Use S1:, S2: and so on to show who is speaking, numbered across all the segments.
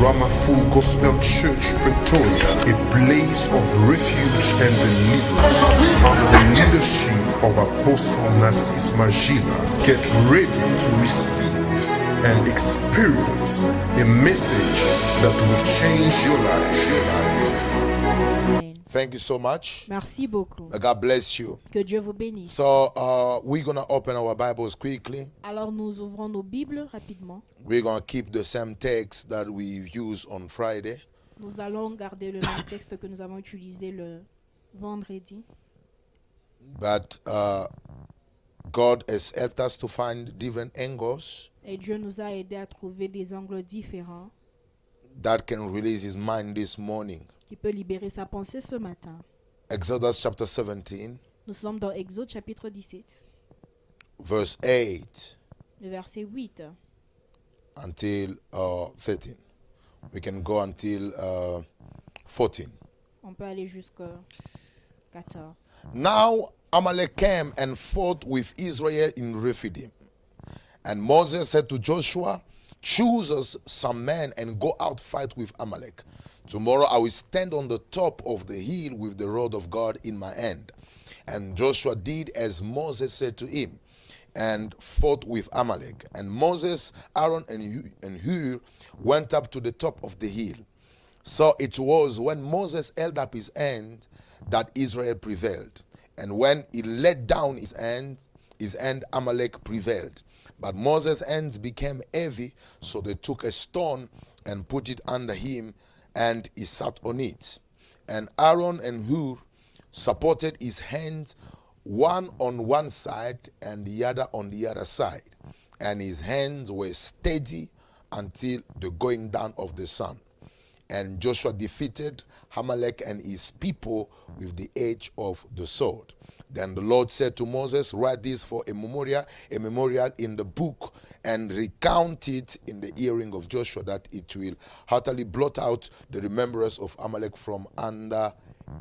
S1: Ramafull Gospel Church, Pretoria, a place of refuge and deliverance. Under the leadership of Apostle Narcis Magina, get ready to receive and experience a message that will change your life.
S2: Amen.
S3: Thank you so much.
S2: Merci beaucoup.
S3: God bless you.
S2: Que Dieu vous bénisse.
S3: So uh, we're gonna open our Bibles quickly.
S2: Alors nous ouvrons nos Bibles rapidement.
S3: We're gonna keep the same text that we've used on Friday.
S2: Nous allons garder le même texte que nous avons utilisé le vendredi.
S3: But uh, God has helped us to find different angles
S2: Et Dieu nous a aidés à trouver des angles différents
S3: that can release His mind this morning.
S2: qui peut libérer sa pensée ce matin.
S3: Exodus chapter 17,
S2: Nous sommes dans Exode chapitre 17,
S3: verse 8
S2: le verset 8
S3: until uh, 13. We can go until uh, 14.
S2: On peut aller jusqu'à 14.
S3: Now Amalek came and fought with Israel in Rephidim. And Moses said to Joshua, Choose us some men and go out fight with Amalek. Tomorrow I will stand on the top of the hill with the rod of God in my hand. And Joshua did as Moses said to him and fought with Amalek. And Moses, Aaron, and Hu- and Hur went up to the top of the hill. So it was when Moses held up his hand that Israel prevailed, and when he let down his hand, his hand Amalek prevailed. But Moses' hands became heavy, so they took a stone and put it under him, and he sat on it. And Aaron and Hur supported his hands, one on one side and the other on the other side, and his hands were steady until the going down of the sun. And Joshua defeated Amalek and his people with the edge of the sword. Then the Lord said to Moses, Write this for a memorial, a memorial in the book, and recount it in the hearing of Joshua, that it will utterly blot out the remembrance of Amalek from under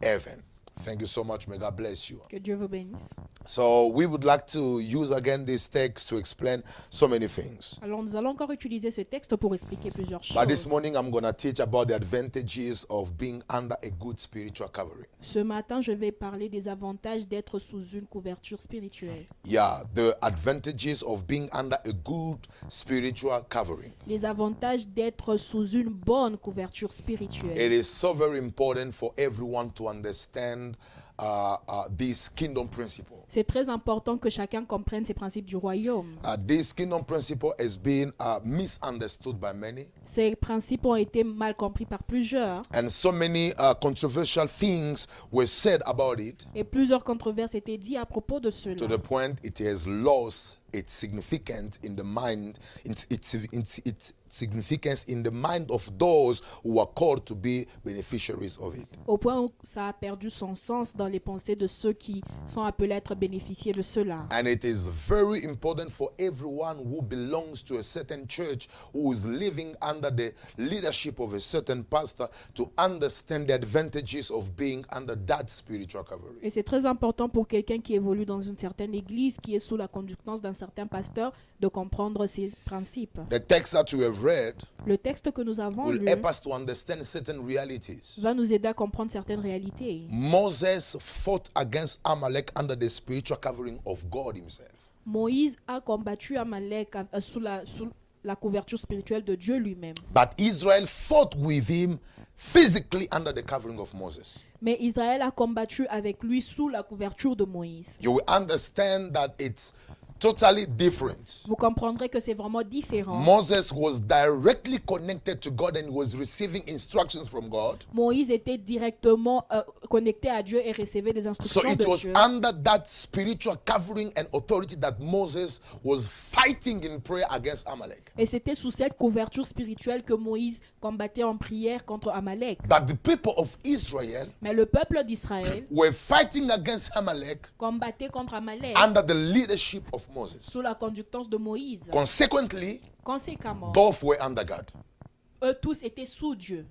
S3: heaven. Thank you so much. May God bless you.
S2: Que Dieu vous bénisse.
S3: So we would like to use again this text to explain so many things.
S2: Alors nous allons encore utiliser ce texte pour expliquer plusieurs
S3: But Bah, this
S2: choses.
S3: morning I'm going to teach about the advantages of being under a good spiritual covering.
S2: Ce matin, je vais parler des avantages d'être sous une couverture spirituelle.
S3: Yeah, the advantages of being under a good spiritual covering.
S2: Les avantages d'être sous une bonne couverture
S3: It
S2: spirituelle.
S3: is so very important for everyone to understand uh, uh, this kingdom principle.
S2: C'est très important que chacun comprenne ces principes du royaume.
S3: Uh, this kingdom principle has been uh, misunderstood by many,
S2: Ces principes ont été mal compris par plusieurs
S3: and so many uh, controversial things were said about it
S2: et plusieurs controverses étaient dites à propos de
S3: to
S2: cela.
S3: the point it has lost its significance in the mind its, its, its, its significance in the mind of those who are called to be beneficiaries of it
S2: Au point où ça a perdu son sens dans les pensées de ceux qui sont appelés à être bénéficiés de cela.
S3: and it is very important for everyone who belongs to a certain church who is living under the leadership of a certain pastor to understand the advantages of being under that spiritual covering
S2: Et c'est très important pour quelqu'un qui évolue dans une certaine église, qui est sous la conductance d'un certain pasteur, de comprendre ces principes.
S3: the text that we have read
S2: Le texte que nous avons
S3: will
S2: lu
S3: help us to understand certain realities
S2: va nous aider à comprendre certaines réalités.
S3: Moses fought against Amalek under the spiritual covering of God Himself.
S2: Moïse a combattu Amalek euh, sous la, sous la couverture spirituelle de Dieu lui-même.
S3: But Israel fought with him physically under the covering of Moses.
S2: Mais Israël a combattu avec lui sous la couverture de Moïse.
S3: You will understand that it's totally different.
S2: Vous comprendrez que c'est vraiment différent.
S3: Moses was directly connected to God and was receiving instructions from God.
S2: Moïse était directement euh, connecté à Dieu et recevait des instructions
S3: So it
S2: de
S3: was
S2: Dieu.
S3: under that spiritual covering and authority that Moses was fighting in prayer against Amalek.
S2: Et c'était sous cette couverture spirituelle que Moïse combattait en prière contre Amalek.
S3: But the people of Israel
S2: Mais le peuple d'Israël
S3: were fighting against Amalek
S2: combattait contre Amalek
S3: under the leadership of Moses.
S2: sous la conductance de Moïse.
S3: Consequently,
S2: Conséquemment,
S3: both were under God,
S2: eux tous étaient sous Dieu,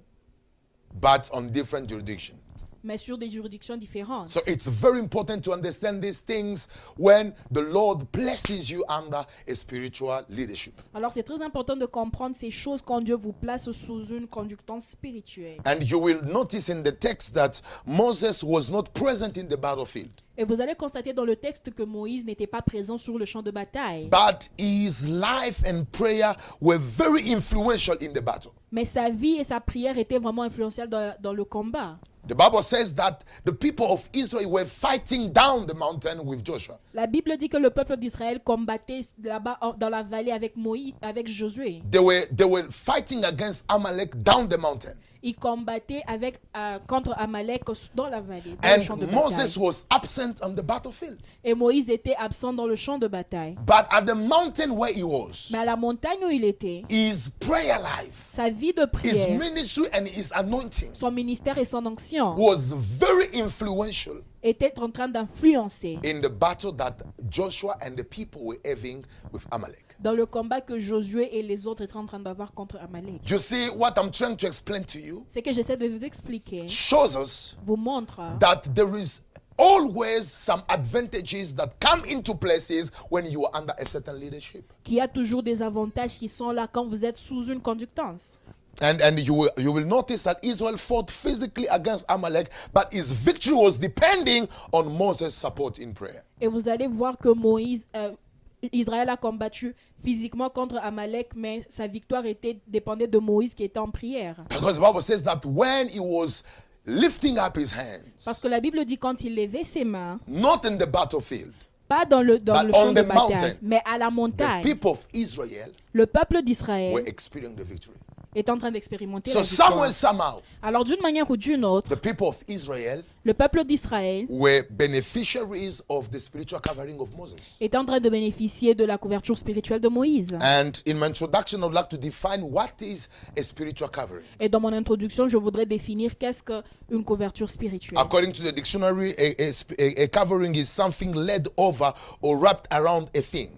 S3: but on different jurisdiction.
S2: mais sur des juridictions différentes.
S3: So it's very important to understand these things when the Lord places you under a spiritual leadership.
S2: Alors c'est très important de comprendre ces choses quand Dieu vous place sous une conductance spirituelle.
S3: And you will notice in the text that Moses was not present in the battlefield,
S2: Et vous allez constater dans le texte que Moïse n'était pas présent sur le champ de bataille,
S3: but his life and prayer were very influential in the battle.
S2: mais sa vie et sa prière étaient vraiment influentielles dans, dans le combat.
S3: The Bible says that the people of Israel were fighting down the mountain with Joshua.
S2: La Bible dit que le peuple d'Israël combattait là-bas en- dans la vallée avec Moïse, avec Josué.
S3: They were, they were fighting against Amalek down the mountain.
S2: Ils combattaient avec, euh, contre Amalek dans la vallée, dans le
S3: And
S2: champ de
S3: Moses
S2: bataille.
S3: was absent on the battlefield.
S2: Et Moïse était absent dans le champ de bataille.
S3: But at the mountain where he was,
S2: Mais à la montagne où il était,
S3: his prayer life,
S2: sa vie de
S3: his
S2: prière,
S3: ministry, and his anointing
S2: son ministère et son action
S3: was very influential
S2: étaient en train d'influencer
S3: in the battle that Joshua and the people were having with Amalek.
S2: dans le combat que Josué et les autres étaient en train d'avoir contre Amalek.
S3: You see, what I'm trying to explain to you
S2: Ce que j'essaie de vous expliquer
S3: shows us
S2: vous montre
S3: that there is always some advantages that come into places when you are under a certain leadership.
S2: qu'il y a toujours des avantages qui sont là quand vous êtes sous une conductance.
S3: And and you will you will notice that Israel fought physically against Amalek, but his victory was depending on Moses' support in prayer.
S2: Et vous allez voir que Moïse, euh, Israël a combattu physiquement contre Amalek, mais sa victoire était, dépendait de Moïse qui était en prière.
S3: Because the Bible says that when he was lifting up his hands,
S2: Parce que la Bible dit quand il levait ses mains,
S3: not in the battlefield,
S2: pas dans le, dans
S3: But
S2: le
S3: on
S2: champ de
S3: the
S2: bataille,
S3: mountain.
S2: mais à la
S3: the
S2: montagne,
S3: people of Israel
S2: le peuple
S3: were
S2: d'Israël
S3: experiencing the victory.
S2: est en train d'expérimenter
S3: So
S2: la victoire.
S3: somewhere, somehow,
S2: Alors d'une manière ou d'une autre,
S3: the people of Israel
S2: le peuple d'Israël
S3: were beneficiaries of the spiritual covering of Moses.
S2: est en train de bénéficier de la couverture spirituelle de Moïse.
S3: And in my introduction, I would like to define what is a spiritual covering.
S2: Et dans mon introduction, je voudrais définir qu'est-ce qu'une couverture spirituelle.
S3: According to the dictionary, a, a sp- a- a covering is something laid over or wrapped around a thing.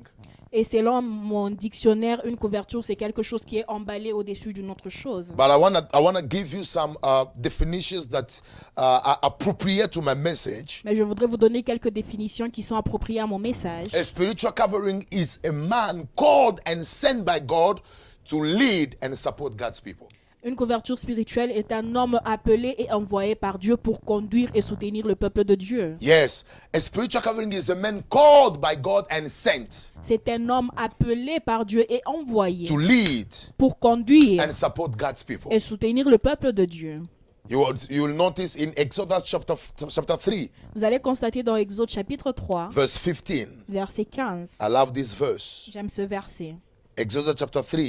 S2: Et selon mon dictionnaire, une couverture, c'est quelque chose qui est emballé au-dessus d'une autre chose.
S3: But I want to I wanna give you some uh, definitions that uh, are appropriate to my message.
S2: Mais je voudrais vous donner quelques définitions qui sont appropriées à mon message.
S3: A spiritual covering is a man called and sent by God to lead and support God's people.
S2: Une couverture spirituelle est un homme appelé et envoyé par Dieu pour conduire et soutenir le peuple de Dieu.
S3: Yes, a spiritual covering is a man called by God and sent
S2: C'est un homme appelé par Dieu et envoyé
S3: to lead
S2: pour conduire
S3: and support God's people.
S2: et soutenir le peuple de Dieu.
S3: You will, you will notice in Exodus chapter f- chapter 3,
S2: Vous allez constater dans Exode chapitre 3,
S3: verse 15.
S2: verset 15.
S3: I love this verse.
S2: J'aime ce verset.
S3: Exodus chapter 3,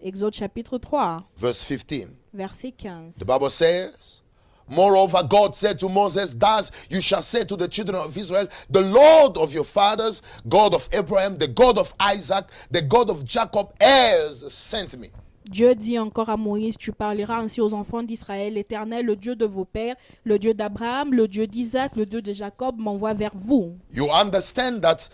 S2: Exode chapitre 3,
S3: verse 15.
S2: verset 15.
S3: The Bible says, Moreover, God said to Moses, Thus you shall say to the children of Israel, The Lord of your fathers, God of Abraham, the God of Isaac, the God of Jacob, has sent me.
S2: Dieu dit encore à Moïse, tu parleras ainsi aux enfants d'Israël, l'Éternel, le Dieu de vos pères, le Dieu d'Abraham, le Dieu d'Isaac, le Dieu de Jacob m'envoie vers vous.
S3: You understand that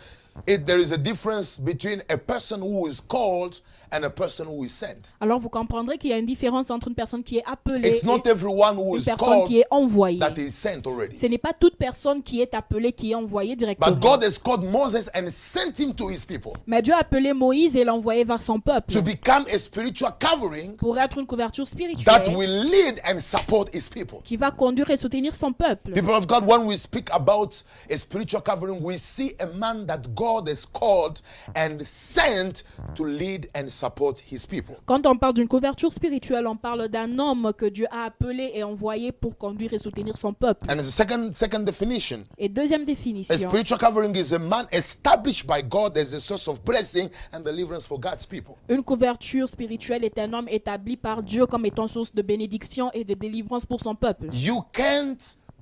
S3: it, there is a difference between a person who is called and a person who is sent.
S2: Alors vous comprendrez qu'il y a une différence entre une personne qui est appelée et
S3: It's not everyone who
S2: une
S3: is
S2: personne
S3: called
S2: qui est envoyée.
S3: that is sent already.
S2: Ce n'est pas toute personne qui est appelée qui est envoyée
S3: But
S2: directement.
S3: God has called Moses and sent him to his people
S2: Mais Dieu a appelé Moïse et l'a envoyé vers son peuple
S3: to become a spiritual covering
S2: pour être une couverture
S3: that
S2: spirituelle
S3: will lead and support his people.
S2: qui va conduire et soutenir son peuple.
S3: People of God, when we speak about a spiritual covering, we see a man that God has called and sent to lead and support his people.
S2: Quand on parle d'une couverture spirituelle, on parle d'un homme que Dieu a appelé et envoyé pour conduire et soutenir son peuple.
S3: And as a second, second definition,
S2: Et deuxième
S3: a
S2: définition,
S3: spiritual covering is a man established by God as a source of blessing and deliverance for God's people.
S2: une couverture spirituelle est un homme établi par Dieu comme étant source de bénédiction et de délivrance pour son peuple.
S3: You can't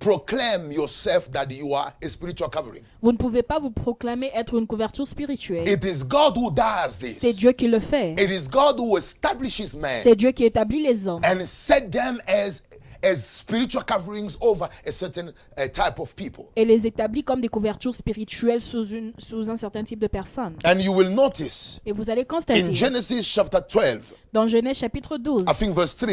S3: proclaim yourself that you are a spiritual covering.
S2: Vous ne pouvez pas vous proclamer être une couverture spirituelle.
S3: It is God who does this.
S2: C'est Dieu qui le fait.
S3: It is God who establishes man
S2: C'est Dieu qui établit les hommes
S3: and set them as as spiritual coverings over a certain uh, type of people.
S2: et les établit comme des couvertures spirituelles sous, une, sous un certain type de personnes.
S3: And you will notice
S2: Et vous allez
S3: in
S2: constater,
S3: Genesis chapter 12,
S2: dans Genèse chapitre 12,
S3: I think verse 3,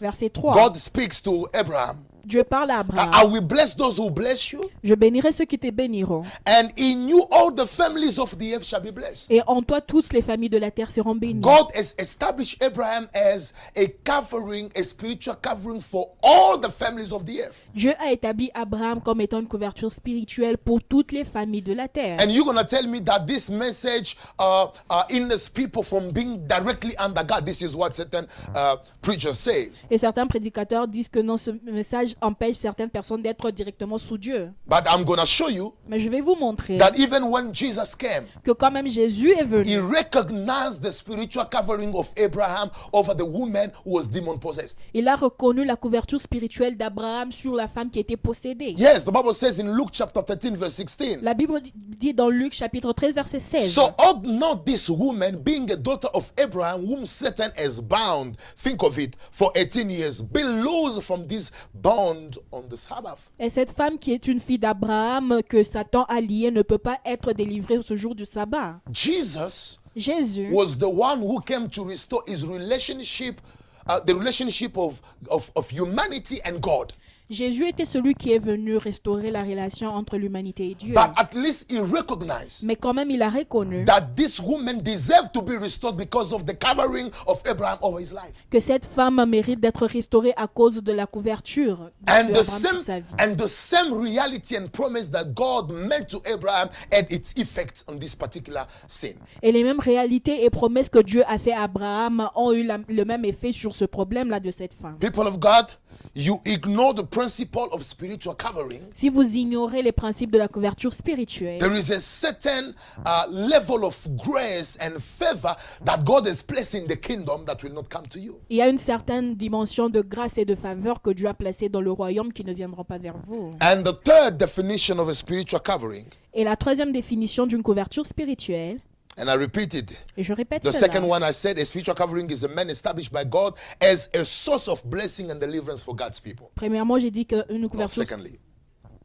S2: verset 3,
S3: God speaks to Abraham
S2: Dieu parle à
S3: I-
S2: Abraham.
S3: I will bless those who bless you,
S2: Je bénirai ceux qui te béniront.
S3: and in you all the families of the earth shall be blessed.
S2: Et en toi, toutes les familles de la terre seront bénies.
S3: God has established Abraham as a covering, a spiritual covering for all the families of the earth.
S2: Dieu a établi Abraham comme étant une couverture spirituelle pour toutes les familles de la terre.
S3: And you're gonna tell me that this message uh, uh, hinders people from being directly under God. This is what certain uh, preacher says.
S2: Et certains prédicateurs disent que non, ce message empêche certaines personnes d'être directement sous Dieu.
S3: But I'm gonna show you
S2: Mais je vais vous montrer
S3: that even when Jesus came,
S2: que quand même Jésus est
S3: he
S2: venu,
S3: recognized the spiritual covering of Abraham over the woman who was demon possessed.
S2: il a reconnu la couverture spirituelle d'Abraham sur la femme qui était possédée.
S3: Yes, the Bible says in Luke chapter 13, verse 16.
S2: La Bible di- dit dans Luc chapitre 13 verset 16.
S3: So ought not this woman, being a daughter of Abraham, whom Satan has bound, think of it, for 18 years, be loosed from this bond on the Sabbath?
S2: Et cette femme qui est une fille d'Abraham que Satan a liée ne peut pas être délivrée ce jour du sabbat.
S3: Jesus
S2: Jésus
S3: was the one who came to restore his relationship, uh, the relationship of, of, of humanity and God.
S2: Jésus était celui qui est venu restaurer la relation entre l'humanité et Dieu.
S3: But at least he recognized
S2: Mais quand même, il a reconnu
S3: that this woman deserved to be restored because of the covering of Abraham over his life.
S2: que cette femme mérite d'être restaurée à cause de la couverture de
S3: And the,
S2: Abraham
S3: same,
S2: sur sa vie.
S3: and the same reality and promise that God made to Abraham had its effect on this particular sin.
S2: Et les mêmes réalités et promesses que Dieu a fait à Abraham ont eu la- le même effet sur ce problème-là de cette femme.
S3: People of God, you ignore the principle of spiritual covering.
S2: Si vous ignorez les principes de la couverture spirituelle,
S3: There is a certain uh, level of grace and favor that God has placed in the kingdom that will not come to you.
S2: il y a une certaine dimension de grâce et de faveur que Dieu a placée dans le royaume qui ne viendront pas vers vous.
S3: And the third definition of a spiritual covering,
S2: Et la troisième définition d'une couverture spirituelle,
S3: and I repeat it.
S2: et je répète
S3: The
S2: cela,
S3: second one I said, a spiritual covering is a man established by God as a source of blessing and deliverance for God's people.
S2: premièrement, j'ai dit qu'une
S3: Now,
S2: couverture
S3: secondly,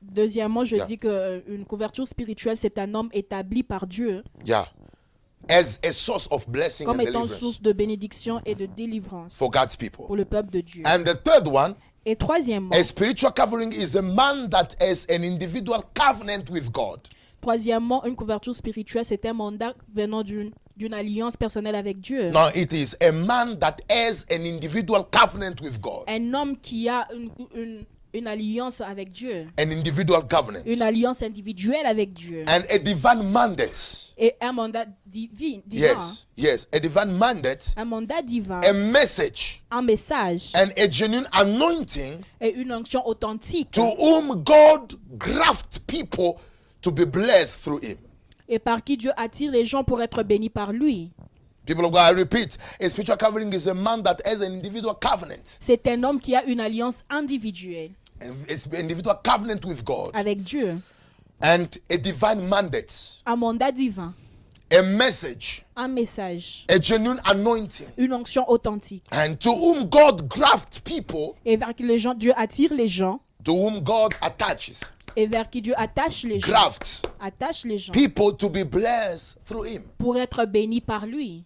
S2: Deuxièmement, je
S3: Yeah.
S2: dis que euh, une couverture spirituelle, c'est un homme établi par Dieu
S3: Yeah. As a source of blessing
S2: comme
S3: and
S2: étant
S3: deliverance
S2: source de bénédiction et de délivrance
S3: for God's people.
S2: pour le peuple de Dieu.
S3: And the third one,
S2: Et troisièmement,
S3: a spiritual covering is a man that has an individual covenant with God.
S2: troisièmement, une couverture spirituelle, c'est un mandat venant d'une d'une alliance personnelle avec Dieu.
S3: Now it is a man that has an individual covenant with God.
S2: Un homme qui a une, une, une alliance avec Dieu,
S3: An individual covenant.
S2: une alliance individuelle avec Dieu
S3: And a divine mandate.
S2: et un mandat divi- divin,
S3: Yes. Yes. A divine mandate.
S2: un mandat divin,
S3: A message.
S2: un message
S3: And a genuine anointing
S2: et une onction authentique.
S3: to whom God grafts people to be blessed through him.
S2: et par qui Dieu attire les gens pour être bénis par lui.
S3: People of God, I repeat, a spiritual covering is a man that has an individual covenant,
S2: C'est un homme qui a une alliance individuelle
S3: an individual covenant with God,
S2: avec Dieu,
S3: and a divine mandate,
S2: un mandat divin,
S3: a message,
S2: un message,
S3: a genuine anointing,
S2: une onction authentique.
S3: and to whom God grafts people,
S2: Et vers qui les gens, Dieu attire les gens,
S3: to whom God attaches,
S2: et vers qui Dieu attache les gens,
S3: grafts
S2: attache les gens
S3: people to be blessed through him.
S2: pour être bénis par lui.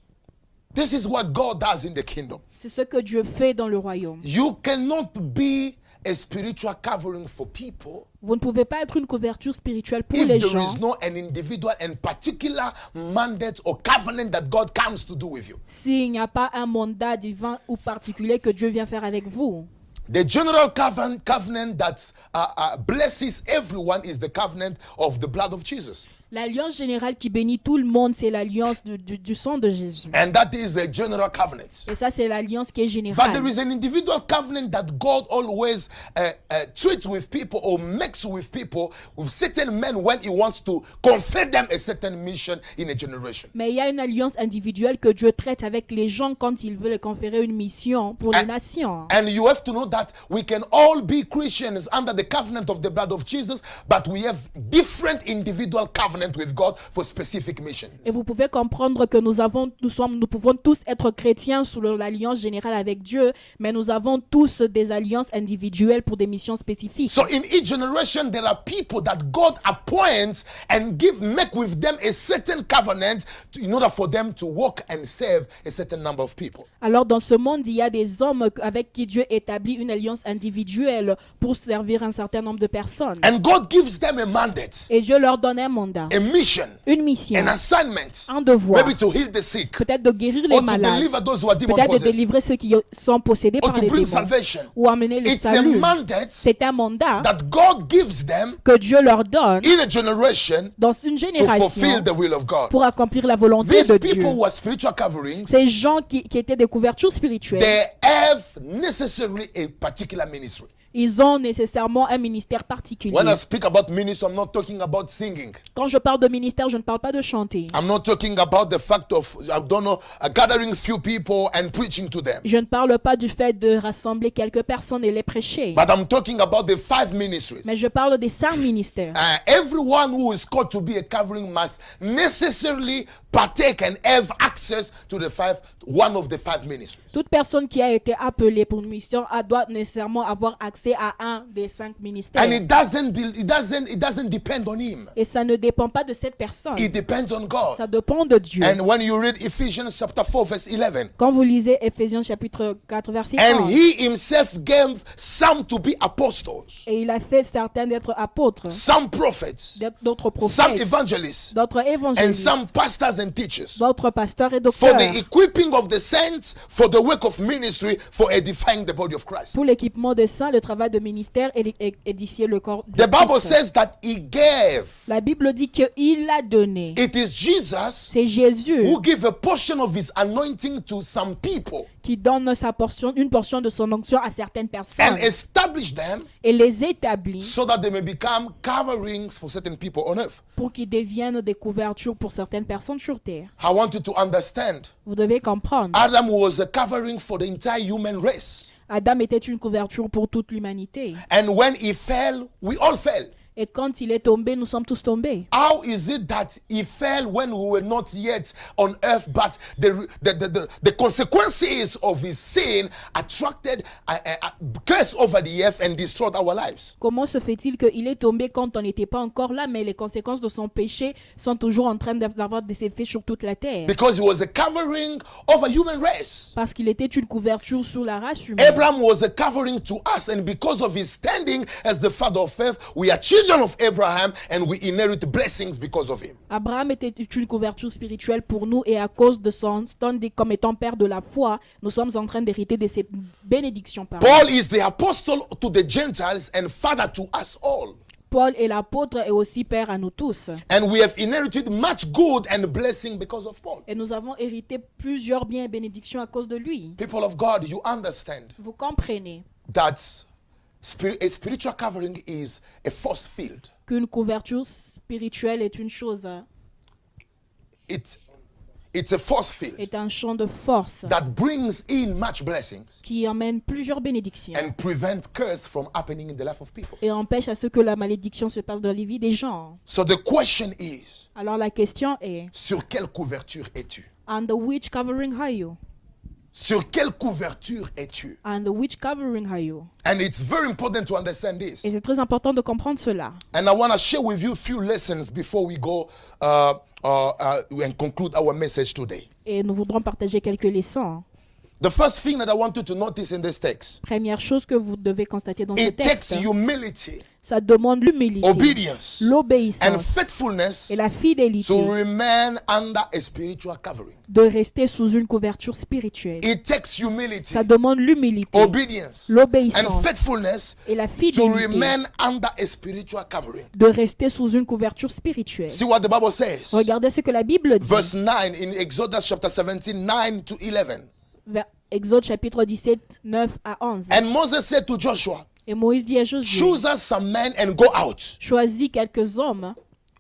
S3: This is what God does in the kingdom.
S2: C'est ce que Dieu fait dans le royaume.
S3: You cannot be a spiritual covering for people
S2: Vous ne pouvez pas être une couverture spirituelle pour
S3: if
S2: les
S3: there
S2: gens
S3: is no an individual and particular mandate or covenant that God comes to do with you.
S2: s'il n'y a pas un mandat divin ou particulier que Dieu vient faire avec vous.
S3: The general covenant, covenant that uh, uh, blesses everyone is the covenant of the blood of Jesus.
S2: L'alliance générale qui bénit tout le monde, c'est l'alliance du, du- du sang de Jésus.
S3: And that is a general covenant.
S2: Et ça, c'est l'alliance qui est
S3: But there
S2: générale.
S3: is an individual covenant that God always uh, uh, treats with people or makes with people, with certain men when He wants to confer them a certain mission in a generation.
S2: Mais il y a une alliance individuelle que Dieu traite avec les gens quand il veut leur conférer une mission pour les
S3: Ah.
S2: nations.
S3: And you have to know that we can all be Christians under the covenant of the blood of Jesus, but we have different individual covenant with God for specific missions.
S2: Et vous pouvez comprendre que nous avons, nous sommes, nous pouvons tous être chrétiens sous le- l'alliance générale avec Dieu, mais nous avons tous des alliances individuelles pour des missions spécifiques.
S3: So in each generation, there are people that God appoints and give make with them a certain covenant to- in order for them to walk and serve a certain number of people.
S2: Alors dans ce monde, il y a des hommes avec qui Dieu établit une alliance individuelle pour servir un certain nombre de personnes.
S3: And God gives them a mandate,
S2: Et Dieu leur donne un mandat,
S3: a mission,
S2: une mission,
S3: an assignment,
S2: un devoir,
S3: maybe to heal the sick,
S2: peut-être de guérir les
S3: or to deliver
S2: malades,
S3: those who are demon
S2: peut-être de
S3: possessed,
S2: délivrer ceux qui sont possédés
S3: or
S2: par
S3: to
S2: les
S3: bring
S2: démons,
S3: salvation.
S2: ou amener le
S3: It's a
S2: salut.
S3: mandate
S2: C'est un mandat
S3: that God gives them
S2: que Dieu leur donne
S3: in a generation
S2: dans une
S3: to fulfill
S2: génération
S3: the will of God.
S2: pour accomplir la volonté
S3: These
S2: de Dieu.
S3: people who are spiritual coverings,
S2: Ces gens qui, qui étaient des couvertures spirituelles,
S3: they have necessarily a particular ministry.
S2: ils ont nécessairement un ministère particulier.
S3: When I speak about ministry, I'm not talking about singing.
S2: Quand je parle de ministère, je ne parle pas de chanter.
S3: I'm not talking about the fact of I don't know uh, gathering few people and preaching to them.
S2: Je ne parle pas du fait de rassembler quelques personnes et les prêcher,
S3: But I'm talking about the five ministries.
S2: mais je parle des cinq ministères.
S3: Uh, everyone who is called to be a covering must necessarily partake and have access to the five one of the five ministries.
S2: Toute personne qui a été appelée pour une mission a- doit nécessairement avoir accès à un des cinq ministères.
S3: And it doesn't be, it doesn't it doesn't depend on him.
S2: Et ça ne dépend pas de cette personne.
S3: It depends on
S2: Ça
S3: God.
S2: dépend de Dieu.
S3: And when you read Ephesians chapter 4 verse 11,
S2: Quand vous lisez Ephésiens chapitre 4 verset
S3: and
S2: 1,
S3: he himself gave some to be apostles,
S2: et il a fait certains d'être apôtres,
S3: some prophets,
S2: d'être- d'autres
S3: some
S2: prophètes,
S3: evangelists,
S2: d'autres
S3: and
S2: évangélistes,
S3: some pastors and teachers
S2: d'autres pasteurs et
S3: for
S2: docteurs,
S3: the equipping of the saints for the work of ministry for edifying the body of Christ.
S2: pour l'équipement des saints, le travail de ministère et et- édifier le corps de
S3: The Bible
S2: Christ.
S3: says that he gave.
S2: La Bible dit qu'il a donné.
S3: It is Jesus
S2: C'est Jésus
S3: who gave a portion of his anointing to some people
S2: qui donne sa portion, une portion de son onction à certaines personnes
S3: and established them
S2: et les établit
S3: so that they may become coverings for certain people on earth.
S2: pour qu'ils deviennent des couvertures pour certaines personnes sur terre.
S3: I want you to understand
S2: Vous devez comprendre,
S3: Adam was a covering for the entire human race.
S2: Adam était une couverture pour toute l'humanité.
S3: And when he fell, we all fell.
S2: Et quand il est tombé, nous sommes tous tombés.
S3: How is it that he fell when we were not yet on earth, but the, the, the, the, the consequences of his sin attracted a, a- a curse over the earth and destroyed our lives?
S2: Comment se fait-il qu'il est tombé quand on n'était pas encore là, mais les conséquences de son péché sont toujours en train d'av- d'avoir des effets sur toute la terre
S3: Because he was a covering of a human race.
S2: Parce qu'il était une couverture sur la race humaine.
S3: Abraham was a covering to us, and because of his standing as the father of faith, we are children of Abraham and we inherit blessings because of him.
S2: Abraham était une couverture spirituelle pour nous et à cause de son standing comme étant père de la foi, nous sommes en train d'hériter de ses bénédictions. Par
S3: Paul is the apostle to the Gentiles and father to us all.
S2: Paul est l'apôtre et aussi père à nous tous.
S3: And we have inherited much good and blessing because of Paul.
S2: Et nous avons hérité plusieurs biens et bénédictions à cause de lui.
S3: People of God, you understand
S2: Vous comprenez
S3: that spir- a spiritual covering is a force field.
S2: qu'une couverture spirituelle est une chose, hein,
S3: It, it's a force field
S2: est un champ de force
S3: that brings in much blessings
S2: qui emmène plusieurs bénédictions
S3: and prevent curse from happening in the life of people.
S2: et empêche à ce que la malédiction se passe dans les vies des gens.
S3: So the question is,
S2: Alors la question est,
S3: sur quelle couverture es-tu?
S2: under which covering are you?
S3: Sur quelle couverture es-tu?
S2: Under which covering are you?
S3: And it's very important to understand this.
S2: Et c'est très important de comprendre cela.
S3: And I want to share with you a few lessons before we go uh, uh, uh, and conclude our message today.
S2: Et nous voudrons partager quelques leçons. hein.
S3: The first thing that I want you to notice in this text,
S2: Première chose que vous devez constater dans ce
S3: it takes
S2: texte,
S3: humility,
S2: ça demande l'humilité,
S3: obedience, and
S2: l'obéissance
S3: faithfulness
S2: et la fidélité
S3: to remain under a spiritual covering.
S2: de rester sous une couverture spirituelle.
S3: It takes humility,
S2: Ça demande l'humilité,
S3: obedience, and
S2: l'obéissance
S3: faithfulness
S2: et la
S3: to
S2: fidélité
S3: remain under a spiritual covering.
S2: de rester sous une couverture spirituelle.
S3: See what the Bible says.
S2: Regardez ce que la Bible dit.
S3: Verse 9 in Exodus chapter 17, 9 to 11.
S2: Vers Exode chapitre 17, 9 à 11.
S3: And Moses said to Joshua,
S2: Et Moïse dit à Josué,
S3: Choose us some men and go out.
S2: choisis quelques hommes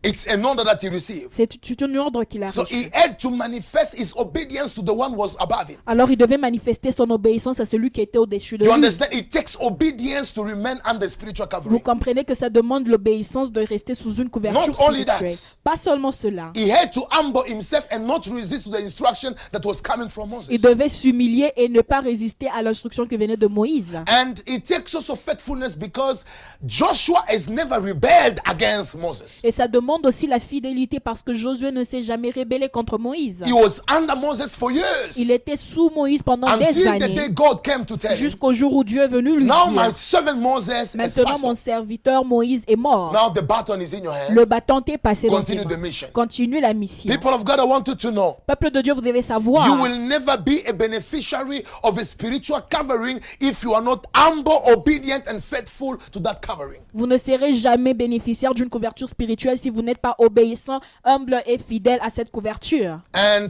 S3: It's an order that he received.
S2: C'est c'est un ordre qu'il a
S3: So
S2: reçu.
S3: he had to manifest his obedience to the one who was above him.
S2: Alors il devait manifester son obéissance à celui qui était au-dessus de
S3: You
S2: lui.
S3: understand? It takes obedience to remain under spiritual
S2: Vous
S3: covering.
S2: comprenez que ça demande l'obéissance de rester sous une couverture
S3: Not only
S2: spirituelle.
S3: that.
S2: Pas seulement cela.
S3: He had to humble himself and not resist to the instruction that was coming
S2: Il
S3: from Moses.
S2: devait s'humilier et ne pas résister à l'instruction qui venait de Moïse.
S3: And it takes also faithfulness because Joshua has never rebelled against Moses.
S2: Et ça demande aussi la fidélité parce que Josué ne s'est jamais rébellé contre Moïse.
S3: He was under Moses for years
S2: Il était sous Moïse pendant des
S3: until the day
S2: années
S3: God came to tell him.
S2: jusqu'au jour où Dieu est venu lui
S3: Now my
S2: dire
S3: servant Moses is
S2: Maintenant mon
S3: pastor.
S2: serviteur Moïse est mort.
S3: Now the baton is in your hand.
S2: Le bâton est passé dans tes
S3: Continue
S2: mains.
S3: the mission.
S2: Continue la mission.
S3: People of God, I want you to know.
S2: Peuple de Dieu, vous devez
S3: You
S2: savoir
S3: will never be a beneficiary of a spiritual covering if you are not humble, obedient, and faithful to that covering.
S2: Vous ne serez jamais bénéficiaire d'une couverture spirituelle si vous n'êtes pas obéissant, humble et fidèle à cette couverture.
S3: And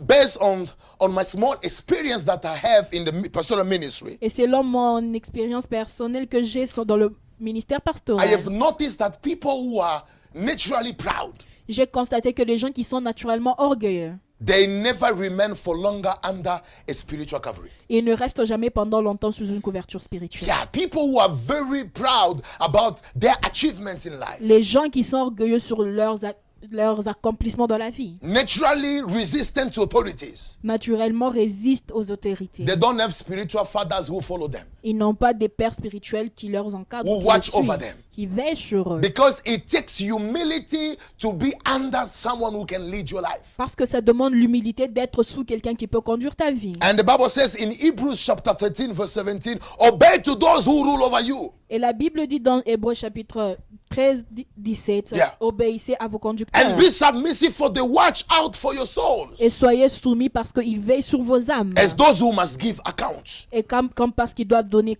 S3: based on on my small experience that I have in the mi- pastoral ministry,
S2: Et selon mon expérience personnelle que j'ai sur- dans le ministère
S3: I
S2: pastoral,
S3: have noticed that people who are naturally proud,
S2: j'ai constaté que les gens qui sont naturellement orgueilleux,
S3: they never remain for longer under a spiritual covering.
S2: ils ne restent jamais pendant longtemps sous une couverture spirituelle.
S3: Yeah, people who are very proud about their achievements in life
S2: Les gens qui sont orgueilleux sur leurs, ac- leurs accomplissements dans la vie,
S3: naturally resistant to authorities.
S2: naturellement résistent aux autorités.
S3: They don't have spiritual fathers who follow them.
S2: Ils n'ont pas des pères spirituels qui leur encadrent,
S3: Who
S2: qui,
S3: watch
S2: les suivent,
S3: over them.
S2: qui veillent sur eux.
S3: Because it takes humility to be under someone who can lead your life.
S2: Parce que ça demande l'humilité d'être sous quelqu'un qui peut conduire ta vie.
S3: And the Bible says in Hebrews chapter 13, verse 17, obey to those who rule over you.
S2: Et la Bible dit dans Hébreux chapitre 13, 17,
S3: Yeah.
S2: obéissez à vos conducteurs
S3: And be submissive for they watch out for your souls.
S2: et soyez soumis parce qu'ils veillent sur vos âmes
S3: As those who must give account.
S2: et comme, comme parce qu'ils doivent donner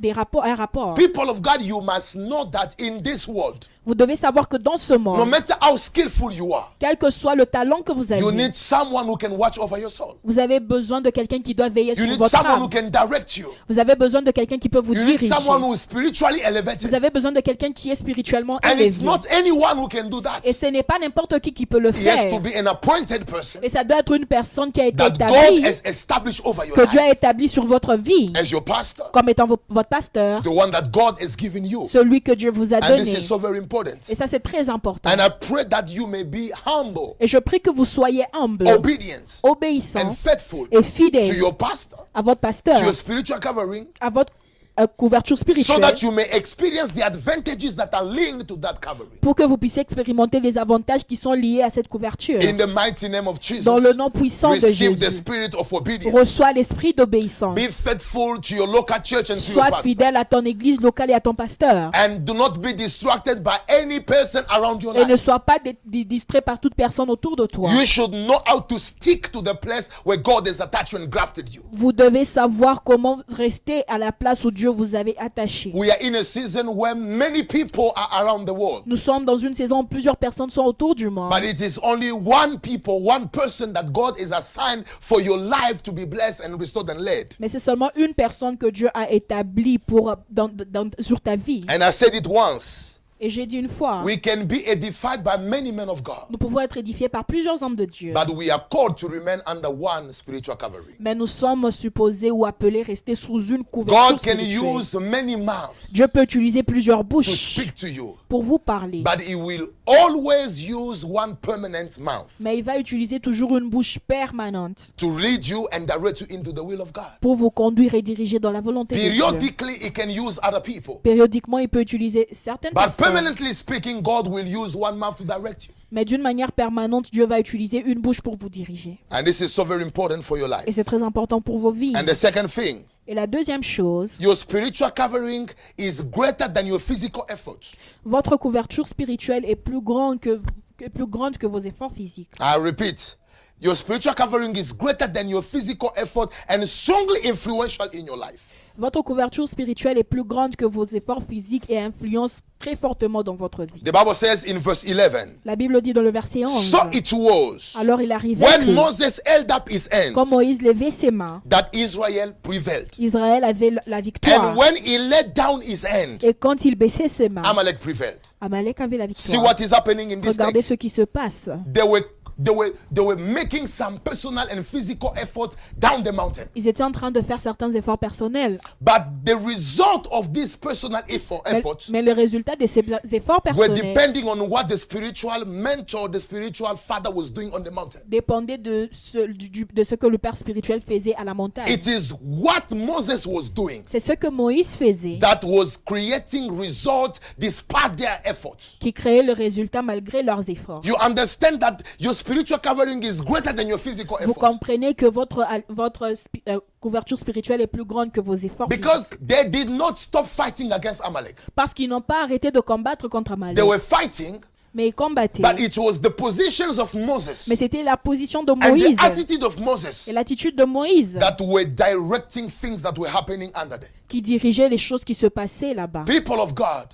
S2: des rapports, un rapport.
S3: People of God, you must know that in this world,
S2: Vous devez savoir que dans ce
S3: no
S2: monde,
S3: matter how skillful you are,
S2: quel que soit le talent que vous avez,
S3: you need someone who can watch over your soul.
S2: vous avez besoin de quelqu'un qui doit veiller
S3: You
S2: sur
S3: need
S2: votre
S3: someone who
S2: âme.
S3: can direct you.
S2: Vous avez besoin de quelqu'un qui peut vous
S3: You need
S2: diriger.
S3: someone who is spiritually
S2: Vous
S3: elevated.
S2: avez besoin de quelqu'un qui est spirituellement
S3: And it's
S2: élevé.
S3: not anyone who can do that.
S2: Et ce n'est pas n'importe qui qui peut le
S3: He has
S2: faire.
S3: to be an appointed person
S2: Et ça doit être une personne qui a été
S3: that God
S2: établie,
S3: has established over your
S2: que Dieu
S3: life
S2: a établie sur votre vie,
S3: as your pastor,
S2: comme étant vo- votre pasteur,
S3: the one that God has given you.
S2: celui que Dieu vous a
S3: And
S2: donné.
S3: this is so very important.
S2: Et ça, c'est très important.
S3: And I pray that you may be humble,
S2: Et je prie que vous soyez humble,
S3: obedient,
S2: obéissant
S3: and faithful
S2: et
S3: to
S2: fidèle
S3: your pastor,
S2: à votre
S3: to your
S2: pasteur,
S3: spiritual covering,
S2: à votre euh, couverture
S3: so
S2: spirituelle,
S3: that you may experience the advantages that are linked to that covering.
S2: pour que vous puissiez expérimenter les avantages qui sont liés à cette couverture.
S3: In the mighty name of
S2: Dans le
S3: Jesus,
S2: nom puissant de
S3: receive the
S2: Jésus,
S3: spirit of obedience.
S2: reçois l'esprit d'obéissance.
S3: Be faithful to your local church and to your
S2: Sois
S3: pastor.
S2: fidèle à ton église locale et à ton pasteur.
S3: And do not be distracted by any person around your
S2: Et ne
S3: life.
S2: sois pas dé- dé- distrait par toute personne autour de toi.
S3: You should know how to stick to the place where God has attached you and grafted you.
S2: Vous devez savoir comment rester à la place où Dieu vous avait attaché.
S3: We are in a season where many people are around the world,
S2: Nous sommes dans une saison où plusieurs personnes sont autour du monde.
S3: but it is only one people, one person that God is assigned for your life to be blessed and restored and led.
S2: Mais c'est seulement une personne que Dieu a établie pour, euh, dans- dans- sur ta vie.
S3: And I said it once
S2: Et j'ai dit une fois,
S3: we can be edified by many men of God,
S2: nous pouvons être édifiés par plusieurs hommes de Dieu.
S3: but we are called to remain under one spiritual covering.
S2: Mais nous sommes supposés ou appelés rester sous une couverture
S3: God can
S2: spirituelle.
S3: use many mouths
S2: Dieu peut utiliser plusieurs
S3: to
S2: bouches
S3: speak Bah. to you,
S2: pour vous parler.
S3: but He will always use one permanent mouth
S2: Mais il va utiliser toujours une bouche permanente
S3: to lead you and direct you into the will of God.
S2: pour vous conduire et diriger dans la volonté de Dieu.
S3: Periodically, he can use other people.
S2: Périodiquement, il peut utiliser certaines
S3: But
S2: personnes,
S3: permanently speaking, God will use one mouth to direct you.
S2: mais d'une manière permanente, Dieu va utiliser une bouche pour vous diriger.
S3: And this is so very important for your
S2: Et
S3: life.
S2: c'est très important pour vos vies.
S3: And the second thing,
S2: Et la deuxième chose,
S3: your spiritual covering is greater than your physical effort.
S2: votre couverture spirituelle est plus grande que, que- plus grande que vos efforts physiques.
S3: I repeat, your spiritual covering is greater than your physical effort and strongly influential in your life.
S2: Votre couverture spirituelle est plus grande que vos efforts physiques et influence très fortement dans votre vie.
S3: The Bible says in verse 11
S2: La Bible dit dans le verset 11
S3: So it was
S2: Alors il arrivait
S3: when
S2: que,
S3: Moses held up his hand
S2: quand Moïse levait ses mains,
S3: that Israel prevailed.
S2: Israël avait l- la victoire.
S3: And when he let down his hand,
S2: Et quand il baissait ses mains,
S3: Amalek prevailed.
S2: Amalek avait la
S3: See
S2: victoire.
S3: what is happening in this
S2: Regardez
S3: text.
S2: ce qui se passe.
S3: They were they were they were making some personal and physical effort down the mountain.
S2: Ils étaient en train de faire certains efforts personnels.
S3: But the result of this personal effort,
S2: Mais,
S3: efforts
S2: mais le résultat de ces e-, efforts
S3: were
S2: personnels
S3: depending on what the spiritual mentor, the spiritual father was doing on the mountain.
S2: dépendait de ce, du- du- de ce que le père spirituel faisait à la montagne.
S3: It is what Moses was doing
S2: C'est ce que Moïse faisait
S3: that was creating result despite their efforts.
S2: qui créait le résultat malgré leurs efforts.
S3: You understand that your spiritual covering is greater than your physical
S2: Vous
S3: effort.
S2: comprenez que votre, al- votre spi- euh, couverture spirituelle est plus grande que vos efforts.
S3: Because
S2: physiques.
S3: they did not stop fighting against Amalek.
S2: Parce qu'ils n'ont pas arrêté de combattre contre Amalek.
S3: They were fighting,
S2: Mais ils combattaient.
S3: but it was the positions of Moses
S2: Mais c'était la position de
S3: and the
S2: Moïse
S3: attitude of Moses
S2: et l'attitude de Moïse
S3: that were directing things that were happening under them.
S2: qui dirigeait les choses qui se passaient là-bas.
S3: People of God,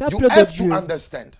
S3: you
S2: Peuple de
S3: have to
S2: Dieu.
S3: understand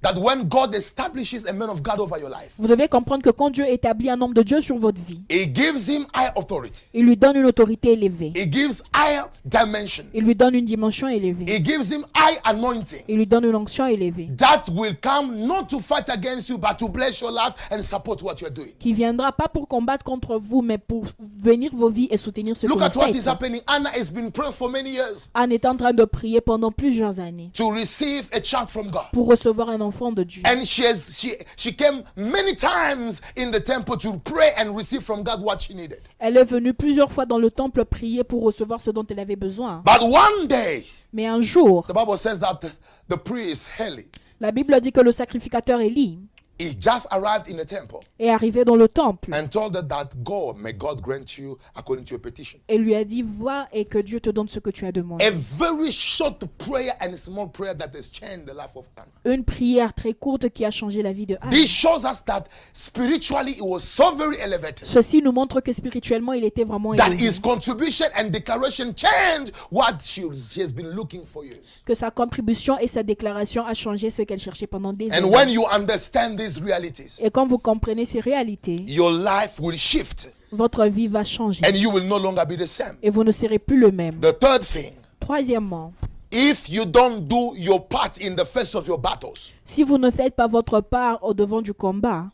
S3: that when God establishes a man of God over your life,
S2: Vous devez comprendre que quand Dieu établit un homme de Dieu sur votre vie,
S3: He gives him high authority.
S2: il lui donne une autorité élevée.
S3: He gives high dimension.
S2: Il lui donne une dimension élevée.
S3: He gives him high anointing
S2: Il lui donne une onction élevée
S3: that will come not to fight against you, but to bless your life and support what you're doing.
S2: qui viendra pas pour combattre contre vous, mais pour venir vos vies et soutenir ce que
S3: Look at
S2: vous
S3: what is
S2: faites.
S3: happening. Anna has been praying for many years
S2: Anne est en train de prier pendant plusieurs années
S3: to receive a child from God.
S2: pour recevoir un enfant de Dieu.
S3: And she has she she came many times in the temple to pray and receive from God what she needed.
S2: Elle est venue plusieurs fois dans le temple prier pour recevoir ce dont elle avait besoin.
S3: But one day,
S2: Mais un jour,
S3: the Bible says that the, the priest Heli,
S2: la Bible dit que le sacrificateur Élie
S3: he just arrived in the temple
S2: est arrivé dans le temple
S3: and told her that God may God grant you according to your petition.
S2: et lui a dit Va et que Dieu te donne ce que tu as demandé.
S3: A very short prayer and small prayer that has changed the life of Anna.
S2: Une prière très courte qui a changé la vie de Anne.
S3: This shows us that spiritually it was so very elevated.
S2: Ceci nous montre que spirituellement, il était vraiment
S3: that
S2: élevé.
S3: his contribution and declaration changed what she, she has been looking for years.
S2: que sa contribution et sa déclaration a changé ce qu'elle cherchait pendant des
S3: And when
S2: années.
S3: you understand these realities,
S2: Et quand vous comprenez ces réalités,
S3: your life will shift
S2: votre vie va changer
S3: and you will no longer be the same.
S2: et vous ne serez plus le même.
S3: The third thing,
S2: Troisièmement,
S3: if you don't do your part in the face of your battles,
S2: si vous ne faites pas votre part au devant du combat,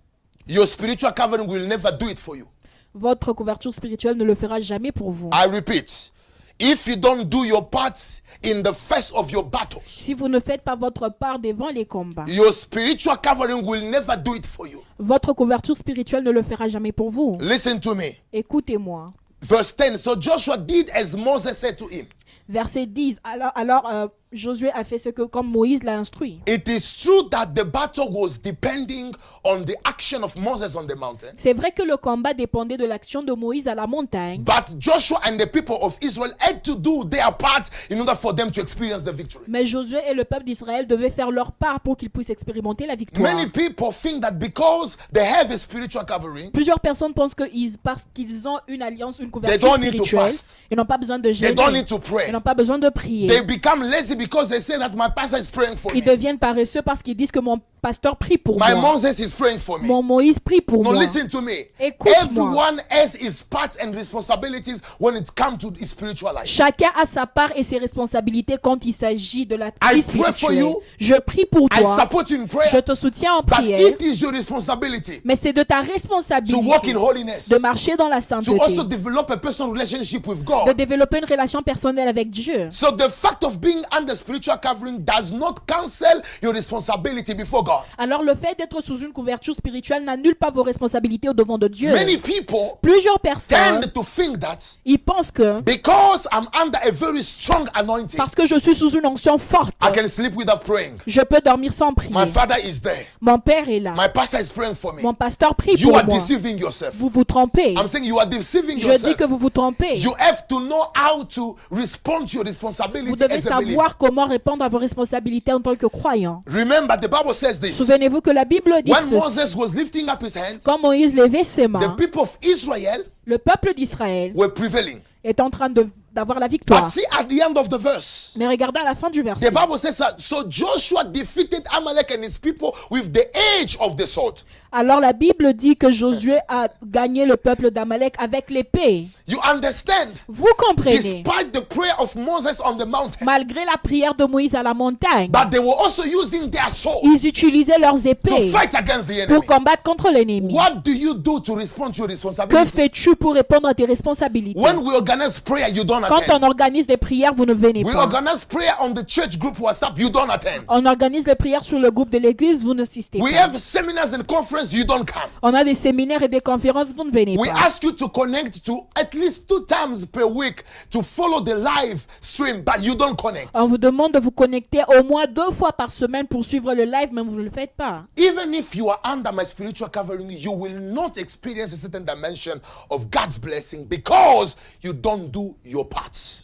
S3: your spiritual covering will never do it for you.
S2: votre couverture spirituelle ne le fera jamais pour vous.
S3: I repeat, if you don't do your part in the face of your battles,
S2: Si vous ne faites pas votre part devant les combats,
S3: your spiritual covering will never do it for you.
S2: votre couverture spirituelle ne le fera jamais pour vous.
S3: Listen to me.
S2: Écoutez-moi.
S3: Verse 10. So Joshua did as Moses said to him.
S2: Verset 10. Alors, alors euh, Josué a fait ce que comme Moïse l'a instruit.
S3: It is true that the battle was depending on the action of Moses on the mountain.
S2: C'est vrai que le combat dépendait de l'action de Moïse à la montagne.
S3: But Joshua and the people of Israel had to do their part in order for them to experience the victory.
S2: Mais Josué et le peuple d'Israël devaient faire leur part pour qu'ils puissent expérimenter la victoire.
S3: Many people think that because they have a spiritual covering,
S2: Plusieurs personnes pensent que ils- parce qu'ils ont une alliance, une
S3: They
S2: couverture
S3: don't need to
S2: spirituelle,
S3: fast.
S2: ils n'ont pas besoin de jeûner.
S3: don't need to pray.
S2: Ils n'ont pas besoin de prier.
S3: they become lazy because they say that my pastor is praying for me.
S2: Ils deviennent paresseux parce qu'ils disent que mon pasteur prie pour
S3: My
S2: moi.
S3: Moses is praying for me.
S2: Mon Moïse prie pour
S3: No,
S2: moi.
S3: listen to me.
S2: Écoute-moi.
S3: Everyone has his parts and responsibilities when it comes to his spiritual life.
S2: Chacun a sa part et ses responsabilités quand il s'agit de la
S3: I
S2: vie
S3: pray for
S2: spirituelle.
S3: you.
S2: Je prie pour
S3: I
S2: toi.
S3: support you in prayer,
S2: Je te soutiens en
S3: but
S2: prière.
S3: it is your responsibility
S2: Mais c'est de ta
S3: to walk
S2: responsabilité
S3: in holiness.
S2: de marcher dans la
S3: to
S2: sainteté,
S3: also develop a personal relationship with
S2: de
S3: God.
S2: développer une relation personnelle avec Dieu.
S3: So the fact of being under spiritual covering does not cancel your responsibility before God.
S2: Alors le fait d'être sous une couverture spirituelle n'annule pas vos responsabilités au devant de Dieu.
S3: Many people
S2: Plusieurs personnes,
S3: tend to think that
S2: ils pensent que
S3: because I'm under a very strong anointing,
S2: parce que je suis sous une onction forte,
S3: I can sleep without praying.
S2: je peux dormir sans prier.
S3: My father is there.
S2: Mon père est là.
S3: My pastor is praying for me.
S2: Mon pasteur prie
S3: You
S2: pour
S3: are
S2: moi.
S3: deceiving yourself.
S2: Vous vous trompez.
S3: I'm saying you are deceiving
S2: Je dis que
S3: yourself.
S2: vous vous trompez.
S3: You have to know how to respond to your
S2: Vous
S3: responsibility
S2: devez
S3: as a believer.
S2: savoir comment répondre à vos responsabilités en tant que croyant.
S3: Remember, the Bible says this.
S2: Souvenez-vous que la Bible dit
S3: When
S2: ceci.
S3: Moses was lifting up his hands,
S2: Quand Moïse levait ses
S3: the
S2: mains,
S3: people of Israel
S2: le peuple d'Israël
S3: were prevailing.
S2: est en train de- d'avoir la
S3: But
S2: victoire.
S3: see, at the end of the verse,
S2: Mais regardez à la fin du verset.
S3: the Bible says that so Joshua defeated Amalek and his people with the edge of the sword.
S2: Alors la Bible dit que Josué a gagné le peuple d'Amalek avec l'épée.
S3: You understand?
S2: Vous comprenez
S3: Despite the prayer of Moses on the mountain,
S2: Malgré la prière de Moïse à la montagne,
S3: but they were also using their sword
S2: ils utilisaient leurs
S3: Bah, to
S2: épées
S3: fight against the enemy.
S2: pour combattre contre l'ennemi.
S3: What do you do to respond to your
S2: Que
S3: responsibility?
S2: fais-tu pour répondre à tes responsabilités
S3: When we organize prayer, you don't
S2: Quand
S3: attend.
S2: on organise des prières, vous ne venez
S3: We
S2: pas.
S3: organize prayer on the church group WhatsApp, you don't attend.
S2: On organise les prières sur le groupe de l'église, vous ne assistez
S3: We
S2: pas.
S3: have seminars and conference, you don't come.
S2: On a des séminaires et des conférences, vous ne venez
S3: We
S2: pas.
S3: ask you to connect to at least two times per week to follow the live stream, but you don't connect.
S2: On vous demande de vous connecter au moins deux fois par semaine pour suivre le live, mais vous ne le faites pas.
S3: Even if you are under my spiritual covering, you will not experience a certain dimension of God's blessing because you don't do your part.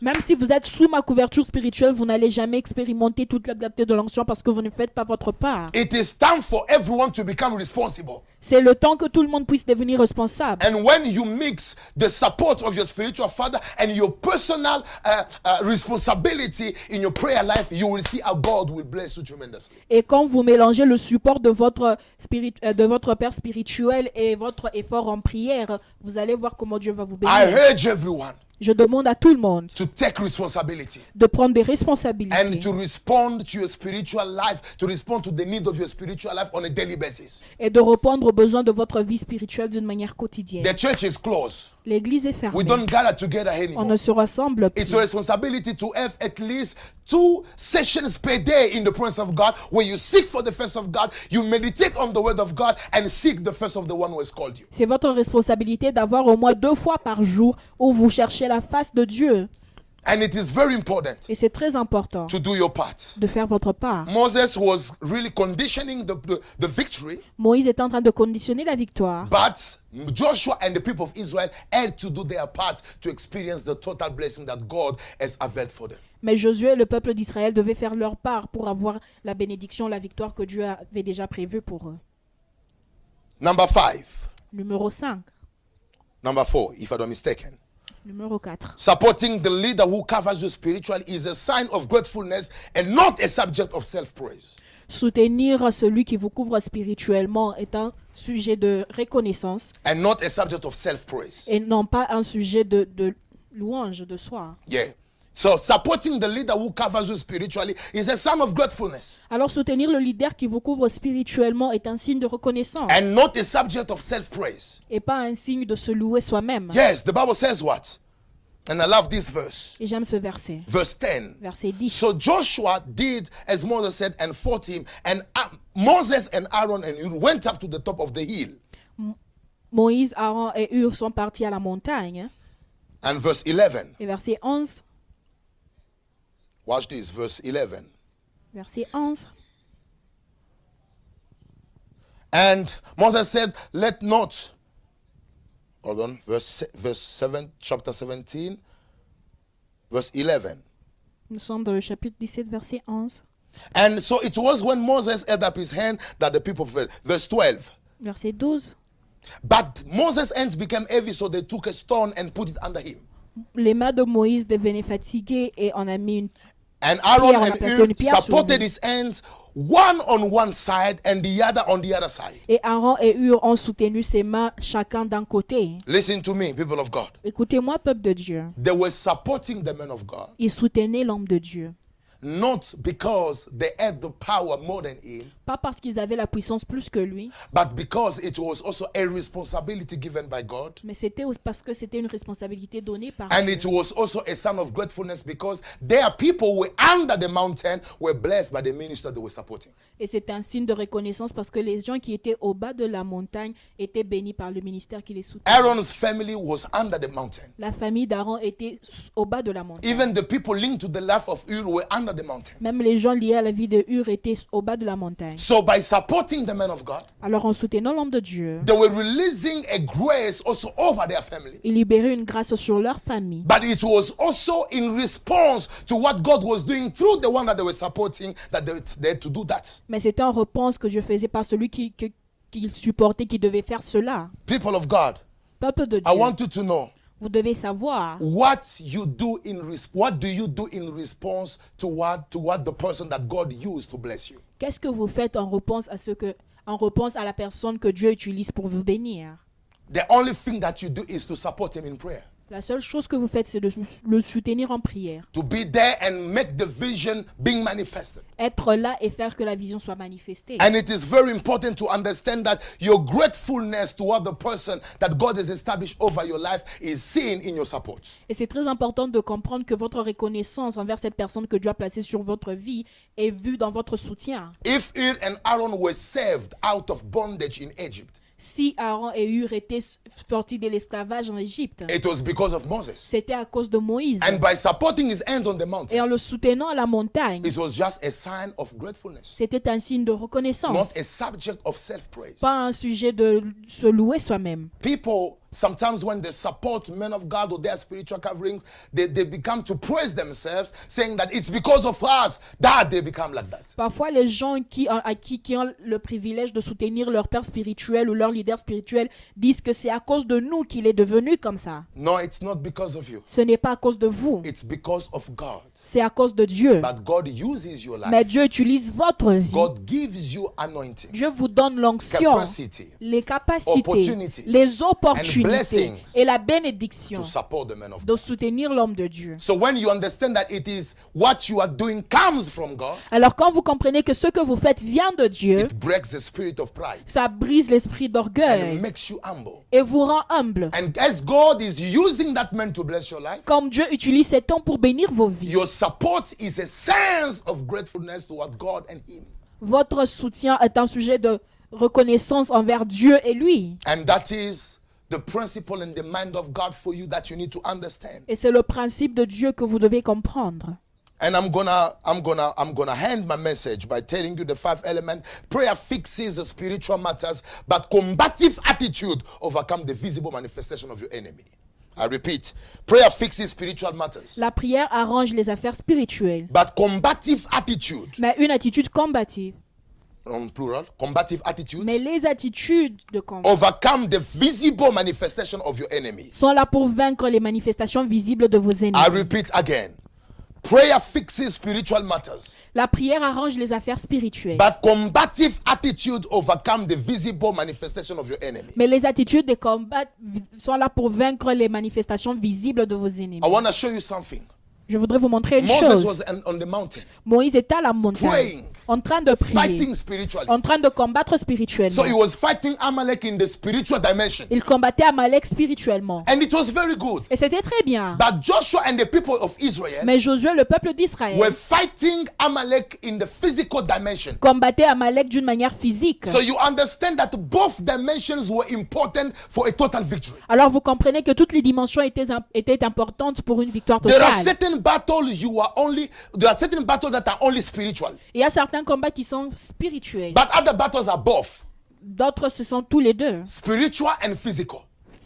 S2: Même si vous êtes sous ma couverture spirituelle, vous n'allez jamais expérimenter toute la clarté de l'onction parce que vous ne faites pas votre part.
S3: It is time for everyone to become responsible.
S2: C'est le temps que tout le monde puisse devenir responsable.
S3: And when you mix the support of your spiritual father and your personal uh, uh, responsibility in your prayer life, you will see how God will bless you tremendously.
S2: Et quand vous mélangez le support de votre, spirit, euh, de votre père spirituel et votre effort en prière, vous allez voir comment Dieu va vous
S3: I
S2: bénir.
S3: urge everyone
S2: Je demande à tout le monde
S3: to take responsibility
S2: de prendre des
S3: and to
S2: responsabilités
S3: respond to your spiritual life, to respond to the need of your spiritual life on a daily basis.
S2: et de répondre aux besoins de votre vie spirituelle d'une manière quotidienne.
S3: The church is closed.
S2: L'église est
S3: We
S2: fermée.
S3: don't gather together
S2: On ne
S3: anymore.
S2: se rassemble plus.
S3: It's your responsibility to have at least two sessions per day in the presence of God where you seek for the face of God, you meditate on the word of God, and seek the face of the one who has called you.
S2: C'est votre responsabilité d'avoir au moins deux fois par jour où vous cherchez la face de Dieu.
S3: And it is very important
S2: Et c'est très important
S3: to do your part.
S2: de faire votre part.
S3: Moses was really conditioning the, the, the victory,
S2: Moïse est en train de conditionner la victoire.
S3: but Joshua and the people of Israel had to do their part to experience the total blessing that God has availed for them.
S2: Mais Josué et le peuple d'Israël devaient faire leur part pour avoir la bénédiction, la victoire que Dieu avait déjà prévue pour eux.
S3: Number five,
S2: Numéro 5.
S3: number four, if I'm not mistaken.
S2: Numéro 4.
S3: Supporting the leader who covers you spiritually is a sign of gratefulness and not a subject of self praise.
S2: Soutenir celui qui vous couvre spirituellement est un sujet de reconnaissance
S3: And not a subject of self praise.
S2: et non pas un sujet de, de louange de soi.
S3: Yeah. So, supporting the leader who covers you spiritually is a sign of gratefulness
S2: Alors soutenir le leader qui vous couvre spirituellement est un signe de reconnaissance
S3: and not a subject of self praise.
S2: et pas un signe de se louer soi-même.
S3: Yes, the Bible says what? And I love this verse,
S2: Et j'aime ce verset.
S3: verse 10.
S2: Verset 10.
S3: So Joshua did as Moses said and fought him, and uh, Moses and Aaron and Ur went up to the top of the hill.
S2: Moïse, Aaron et Hur sont partis à la montagne. hein.
S3: And verse 11,
S2: Et verset 11.
S3: watch this, verse 11.
S2: Verset 11.
S3: And Moses said, Let not, hold on, verse, se- verse 7, chapter 17, verse 11.
S2: Nous sommes dans le chapitre 17, verset 11.
S3: And so it was when Moses held up his hand that the people fell. Verse 12.
S2: Verset 12.
S3: But Moses' hands became heavy, so they took a stone and put it under him.
S2: Les mains de Moïse devenaient fatiguées et on a mis une.
S3: And
S2: Pierre,
S3: Aaron
S2: on a
S3: and
S2: placé
S3: Ur
S2: une pierre sur
S3: supported
S2: lui.
S3: his hands, one on one side and the other on the other side.
S2: Et Aaron et Hur ont soutenu ses mains chacun d'un côté.
S3: Listen to me, people of God.
S2: Écoutez-moi, peuple de Dieu.
S3: They were supporting the men of God,
S2: Ils soutenaient l'homme de Dieu.
S3: not because they had the power more than him,
S2: Pas parce qu'ils avaient la puissance plus que lui,
S3: but because it was also a responsibility given by God.
S2: mais c'était au- parce que c'était une responsabilité donnée par
S3: And
S2: Dieu.
S3: it was also a sign of gratefulness because their people who were under the mountain were blessed by the minister they were supporting.
S2: Et c'est un signe de reconnaissance parce que les gens qui étaient au bas de la montagne étaient bénis par le ministère qui les soutenait.
S3: Aaron's family was under the mountain.
S2: La famille d'Aaron était s- au bas de la montagne.
S3: Even the people linked to the life of Ur were under the mountain.
S2: Même les gens liés à la vie de Hur étaient au bas de la montagne.
S3: So by supporting the men of God,
S2: Alors en soutenant l'homme de Dieu,
S3: they were releasing a grace also over their family.
S2: ils libéraient une grâce sur leur famille.
S3: But it was also in response to what God was doing through the one that they were supporting that they, they had to do that.
S2: Mais c'était en réponse que je faisais par celui qui, que- qu'il supportait, qui devait faire cela.
S3: People of God,
S2: Peuple de
S3: I
S2: Dieu,
S3: want you to know
S2: vous devez savoir
S3: what you do in res- what do you do in response to what to what the person that God used to bless you.
S2: qu'est-ce que vous faites en réponse à ce que, en réponse à la personne que Dieu utilise pour vous bénir.
S3: The only thing that you do is to support him in prayer.
S2: La seule chose que vous faites, c'est de sou- le soutenir en prière,
S3: To be there and make the vision being manifested.
S2: être là et faire que la vision soit manifestée.
S3: And it is very important to understand that your gratefulness toward the person that God has established over your life is seen in your support.
S2: Et c'est très important de comprendre que votre reconnaissance envers cette personne que Dieu a placée sur votre vie est vue dans votre soutien.
S3: If Eel and Aaron were saved out of bondage in Egypt,
S2: Si Aaron et Hur étaient s- sortis de l'esclavage en Égypte,
S3: it was because of Moses.
S2: c'était à cause de Moïse.
S3: And by supporting his hands on the mountain,
S2: Et en le soutenant à la montagne,
S3: it was just a sign of gratefulness,
S2: c'était un signe de
S3: not
S2: reconnaissance,
S3: a subject of self praise.
S2: pas un sujet de se louer soi-même.
S3: People sometimes, when they support men of God or their spiritual coverings, they, they become to praise themselves, saying that it's because of us that they become like that.
S2: Parfois, les gens qui, à qui, qui ont le privilège de soutenir leur père spirituel ou leur leader spirituel disent que c'est à cause de nous qu'il est devenu comme ça.
S3: No, it's not because of you,
S2: Ce n'est pas à cause de vous,
S3: it's because of God.
S2: c'est à cause de Dieu.
S3: But God uses your
S2: Mais
S3: life,
S2: Dieu utilise votre vie.
S3: God gives you anointing.
S2: Dieu vous donne l'onction,
S3: Capacity.
S2: les capacités,
S3: Opportunities.
S2: les
S3: And
S2: opportunités
S3: blessings.
S2: et la bénédiction
S3: to support the men of God.
S2: de soutenir l'homme de Dieu.
S3: So when you understand that it is what you are doing comes from God,
S2: Alors quand vous comprenez que ce que vous faites vient de Dieu,
S3: it breaks the spirit of pride
S2: ça brise l'esprit
S3: and it
S2: d'orgueil
S3: makes you humble.
S2: et vous rend humble.
S3: And as God is using that man to bless your life,
S2: Comme Dieu utilise cet temps pour bénir vos vies,
S3: your support is a sense of gratefulness toward God and Him.
S2: votre soutien est un sujet de reconnaissance envers Dieu et lui.
S3: And that is the principle and the mind of God for you that you need to understand.
S2: Et c'est le principe de Dieu que vous devez comprendre.
S3: And I'm gonna, I'm gonna, I'm gonna hand my message by telling you the five element. Prayer fixes the spiritual matters, but combative attitude overcome the visible manifestation of your enemy. I repeat, prayer fixes spiritual matters,
S2: La prière arrange les affaires spirituelles,
S3: but combative attitude,
S2: mais une attitude combative.
S3: on plural, combative
S2: Mais
S3: attitudes
S2: les attitudes de combat
S3: overcome the visible manifestation of your enemy.
S2: sont là pour vaincre les manifestations visibles de vos ennemis.
S3: I repeat again, prayer fixes spiritual matters,
S2: La prière arrange les affaires spirituelles.
S3: but combative attitude overcome the visible manifestation of your enemy.
S2: Mais les attitudes de combat vi- sont là pour vaincre les manifestations visibles de vos ennemis.
S3: I want to show you something.
S2: Je voudrais vous montrer une
S3: Moses
S2: chose.
S3: was on, on the mountain
S2: Moïse est à la montagne,
S3: Praying.
S2: en train de prier,
S3: fighting spiritually.
S2: en train de combattre
S3: So
S2: spirituellement.
S3: he was fighting Amalek in the spiritual dimension.
S2: Il combattait Amalek spirituellement.
S3: And it was very good.
S2: Et c'était très bien.
S3: But Joshua and the people of Israel
S2: Mais Josué, le peuple
S3: were
S2: d'Israël,
S3: fighting Amalek in the physical dimension.
S2: combattait Amalek d'une manière physique.
S3: So you understand that both dimensions were important for a total victory.
S2: Alors vous comprenez que toutes les dimensions étaient, im- étaient importantes pour une victoire
S3: There are
S2: totale.
S3: certain battles you are only there are certain battles that are only spiritual,
S2: Il y a certains combats qui sont spirituels.
S3: but other battles are both
S2: D'autres, ce sont tous les deux,
S3: spiritual and physical.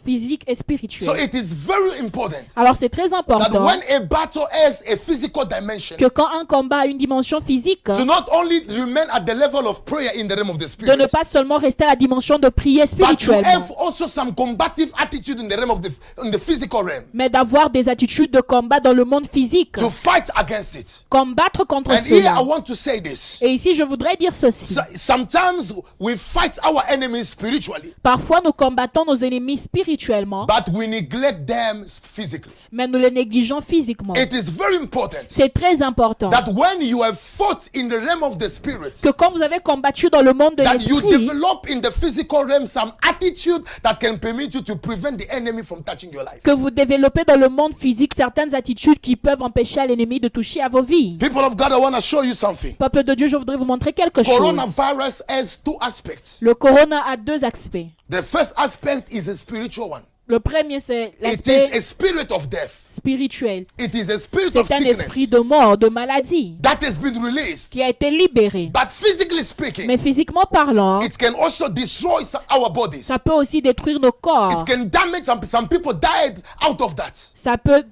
S2: physique et
S3: So
S2: spirituel.
S3: it is very important
S2: Alors c'est très
S3: that
S2: important
S3: when a battle has a physical dimension,
S2: que quand un combat a une dimension physique,
S3: to
S2: de
S3: not only remain at the level of prayer in the realm of the spirit,
S2: ne pas seulement rester à la dimension de prier
S3: but to
S2: spirituellement,
S3: have also some combative attitude in the realm of the in the physical realm
S2: mais d'avoir des attitudes de combat dans le monde physique,
S3: to fight against it.
S2: combattre contre
S3: And here I
S2: cela.
S3: want to say this:
S2: Et ici, je voudrais dire ceci.
S3: So- sometimes we fight our enemies spiritually,
S2: Parfois, nous combattons nos ennemis spirituellement,
S3: but we neglect them s- physically.
S2: mais nous les négligeons physiquement.
S3: It is very important
S2: C'est très important
S3: that when you have fought in the realm of the spirit.
S2: que quand vous avez combattu dans le monde de
S3: That you
S2: l'esprit,
S3: develop in the physical realm some attitude that can permit you to prevent the enemy from touching your life.
S2: que vous développez dans le monde physique certaines attitudes qui peuvent empêcher à l'ennemi de toucher à vos vies.
S3: People of God, I want to show you something.
S2: Peuple de Dieu, je voudrais vous montrer quelque chose.
S3: Coronavirus has two aspects.
S2: Le corona a deux aspects.
S3: The first aspect is a spiritual one.
S2: Le premier, c'est
S3: It is
S2: l'aspect
S3: a spirit of death.
S2: spirituel.
S3: It is a spirit of
S2: C'est un esprit
S3: sickness
S2: de mort, de maladie,
S3: that has been released.
S2: qui a été libéré.
S3: But physically speaking,
S2: Mais physiquement parlant,
S3: Bah, it can also destroy some, our bodies.
S2: ça peut aussi détruire nos corps.
S3: It can damage some, some people died out of that.
S2: Ça peut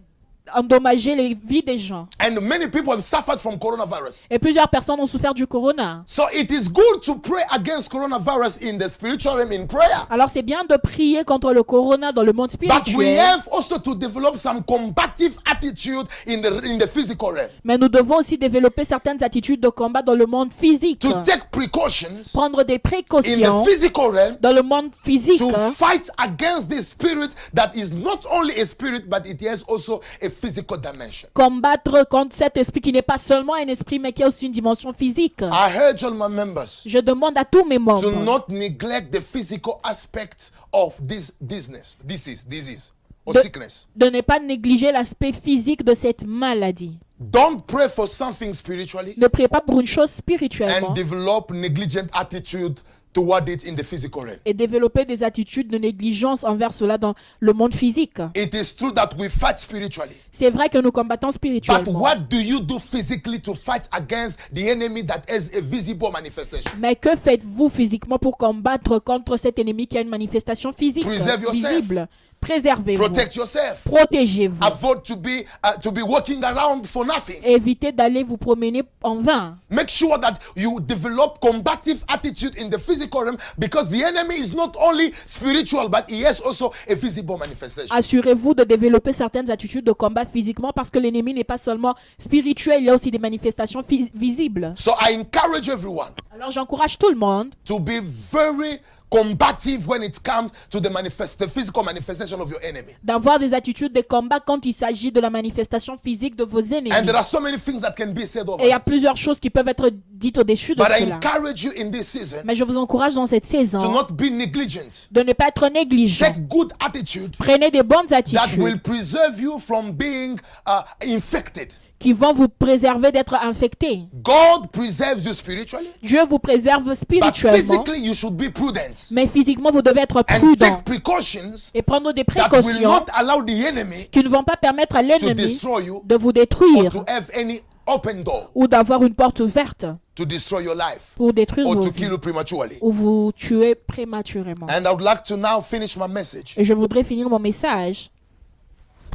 S2: endommager les vies des gens.
S3: And many people have suffered from coronavirus.
S2: Et plusieurs personnes ont souffert du corona.
S3: So it is good to pray against coronavirus in the spiritual realm in prayer.
S2: Alors c'est bien de prier contre le corona dans le monde
S3: But we
S2: spirituel,
S3: have also to develop some combative attitude in the in the physical realm
S2: mais nous devons aussi développer certaines attitudes de combat dans le monde physique.
S3: to take precautions
S2: Prendre des
S3: in the
S2: précautions
S3: physical realm
S2: dans le monde physique
S3: to fight against this spirit that is not only a spirit but it has also a physical dimension.
S2: combattre contre cet esprit qui n'est pas seulement un esprit mais qui a aussi une dimension physique.
S3: I urge all my members
S2: Ah. Je demande à tous mes
S3: to
S2: membres
S3: not neglect the physical aspect of this business, disease, disease or
S2: The-
S3: sickness.
S2: de ne pas négliger l'aspect physique de cette maladie.
S3: Don't pray for something spiritually
S2: Ne priez pas pour une chose
S3: and
S2: spirituellement
S3: develop negligent attitude toward it in the physical realm.
S2: et développer des attitudes de négligence envers cela dans le monde physique.
S3: It is true that we fight spiritually.
S2: C'est vrai que nous combattons
S3: But
S2: spirituellement.
S3: what do you do physically to fight against the enemy that has a visible manifestation?
S2: Mais que faites-vous physiquement pour combattre contre cet ennemi qui a une manifestation physique
S3: Preserve yourself.
S2: visible Préservez-vous.
S3: Protect yourself.
S2: Protégez-vous.
S3: Avoid to be uh, to be walking around for nothing.
S2: Évitez d'aller vous promener en vain.
S3: Make sure that you develop combative attitude in the physical realm because the enemy is not only spiritual but he has also a visible manifestation.
S2: Assurez-vous de développer certaines attitudes de combat physiquement parce que l'ennemi n'est pas seulement spirituel, il y a aussi des manifestations phys- visibles.
S3: So I encourage everyone
S2: Alors j'encourage tout le monde
S3: to be very combative when it comes to the manifest the physical manifestation of your enemy.
S2: d'avoir des attitudes de combat quand il s'agit de la manifestation physique de vos ennemis.
S3: And there are so many things that can be said over
S2: Et il y a
S3: it.
S2: plusieurs choses qui peuvent être dites au-dessus de
S3: But I
S2: cela.
S3: encourage you in this season
S2: Mais je vous encourage dans cette
S3: to
S2: saison
S3: not be negligent.
S2: de ne pas être négligent.
S3: Take good attitude
S2: Prenez des bonnes
S3: that will
S2: attitudes
S3: preserve you from being uh, infected.
S2: qui vont vous préserver d'être infectés.
S3: God preserves you spiritually,
S2: Dieu vous préserve
S3: but
S2: spirituellement,
S3: physically you should be prudent
S2: mais physiquement vous devez être
S3: and
S2: prudent
S3: take precautions
S2: et prendre des
S3: that will
S2: précautions
S3: not allow the enemy
S2: qui ne vont pas permettre à
S3: to
S2: l'ennemi
S3: destroy you
S2: de vous
S3: or
S2: détruire
S3: to have any open door
S2: ou d'avoir une porte ouverte
S3: to destroy your life
S2: pour détruire
S3: or
S2: vos
S3: to
S2: vies
S3: kill you prematurely.
S2: ou vous tuer prématurément.
S3: And I would like to now finish my message
S2: Et je voudrais finir mon message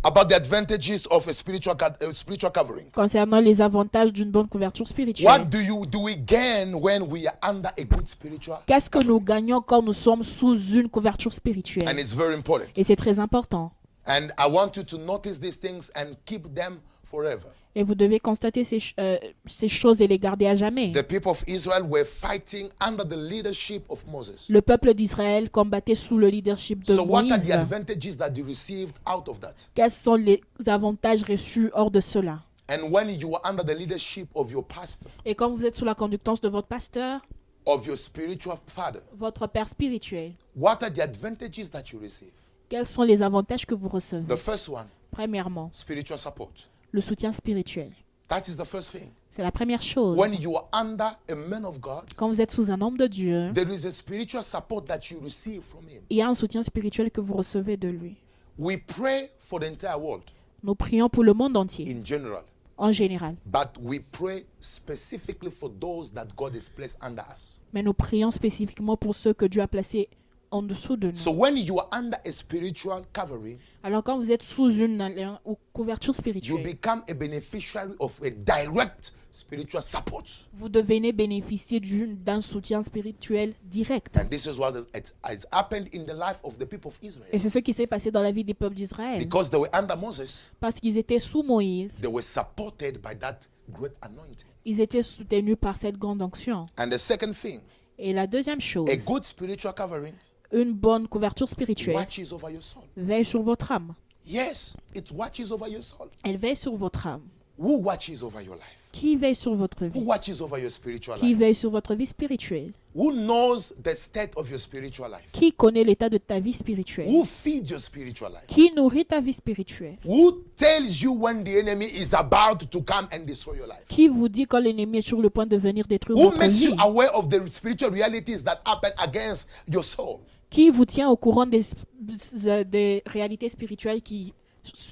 S3: about the advantages of a spiritual, co- a spiritual covering.
S2: concernant les avantages d'une bonne couverture spirituelle.
S3: What do you do we gain when we are under a good spiritual?
S2: Qu'est-ce que nous gagnons quand nous sommes sous une couverture
S3: And
S2: spirituelle
S3: it's very important.
S2: Et c'est très important.
S3: And I want you to notice these things and keep them forever.
S2: Et vous devez constater ces, ch- euh, ces choses et les garder à jamais.
S3: The people of Israel were fighting under the leadership of Moses.
S2: Le peuple d'Israël combattait sous le leadership de
S3: So, what are the
S2: Moïse.
S3: advantages that you received out of that?
S2: Quels sont les avantages reçus hors de cela
S3: And when you are under the leadership of your pastor,
S2: Et quand vous êtes sous la conductance de votre pasteur,
S3: of your spiritual father,
S2: votre père spirituel,
S3: what are the advantages that you receive?
S2: quels sont les avantages que vous recevez
S3: The first one,
S2: Premièrement,
S3: spiritual support.
S2: le soutien spirituel.
S3: That is the first thing.
S2: C'est la première chose.
S3: When you are under a man of God,
S2: Quand vous êtes sous un homme de Dieu,
S3: there is a spiritual support that you receive from him.
S2: il y a un soutien spirituel que vous recevez de lui.
S3: We pray for the entire world
S2: Nous prions pour le monde entier,
S3: in general.
S2: en général,
S3: But we pray specifically for those that God has placed under us.
S2: mais nous prions spécifiquement pour ceux que Dieu a placés en dessous de nous.
S3: So when you are under a spiritual covering,
S2: Alors quand vous êtes sous une alliance ou couverture
S3: you
S2: spirituelle,
S3: become a beneficiary of a direct spiritual support.
S2: vous devenez bénéficier d'une- d'un soutien spirituel direct.
S3: And this is what has, it has happened in the life of the people of
S2: Et
S3: Israel.
S2: c'est ce qui s'est passé dans la vie des peuples d'Israël,
S3: Because they were under Moses,
S2: parce qu'ils étaient sous Moïse,
S3: they were supported by that great anointing.
S2: ils étaient soutenus par cette grande onction.
S3: And the second thing,
S2: Et la deuxième chose,
S3: a good spiritual covering
S2: une bonne couverture spirituelle
S3: watches over your soul.
S2: veille sur votre âme.
S3: Yes, it watches over your soul.
S2: Elle veille sur votre âme.
S3: Who watches over your life?
S2: Qui veille sur votre
S3: Who
S2: vie
S3: watches over your spiritual
S2: Qui
S3: life?
S2: veille sur votre vie spirituelle
S3: Who knows the state of your spiritual life?
S2: Qui connaît l'état de ta vie spirituelle
S3: Who feeds your spiritual life?
S2: Qui nourrit ta vie spirituelle
S3: Who tells you when the enemy is about to come and destroy your life?
S2: Qui vous dit quand l'ennemi est sur le point de venir détruire
S3: Who
S2: votre
S3: makes
S2: vie
S3: you aware of the spiritual realities that happen against your soul?
S2: Qui vous tient au courant des, des réalités euh, spirituelles qui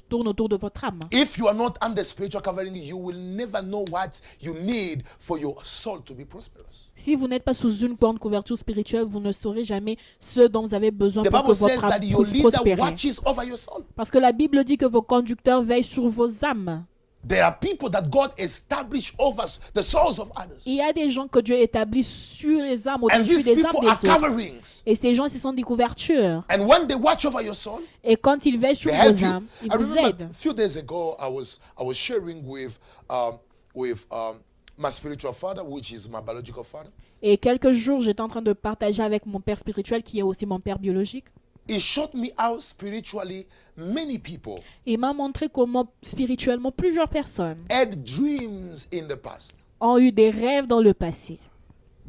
S2: tourne autour de votre âme.
S3: If you are not under spiritual covering, you will never know what you need for your soul to be prosperous.
S2: Si vous n'êtes pas sous une grande couverture spirituelle, vous ne saurez jamais ce dont vous avez besoin
S3: The
S2: pour
S3: Bible
S2: que
S3: says
S2: votre âme
S3: that your
S2: puisse
S3: leader
S2: prospérer.
S3: watches over your soul.
S2: Parce que la Bible dit que vos conducteurs veillent sur vos âmes.
S3: There are people that God established over the souls of others.
S2: Il y a des gens que Dieu établit sur les âmes,
S3: And
S2: au-dessus
S3: these
S2: des âmes
S3: people
S2: des
S3: are
S2: autres.
S3: coverings.
S2: Et ces gens, ce sont des couvertures.
S3: And when they watch over your soul,
S2: Et quand ils veillent sur
S3: they help
S2: vos
S3: you.
S2: âmes, ils
S3: I
S2: vous
S3: remember
S2: aident.
S3: a few days ago, I was I was sharing with um, with um, my spiritual father, which is my biological father.
S2: Et quelques jours, j'étais en train de partager avec mon père spirituel, qui est aussi mon père biologique.
S3: He showed me how spiritually many people
S2: Il m'a montré comment spirituellement plusieurs personnes
S3: had dreams in the past
S2: ont eu des rêves dans le passé.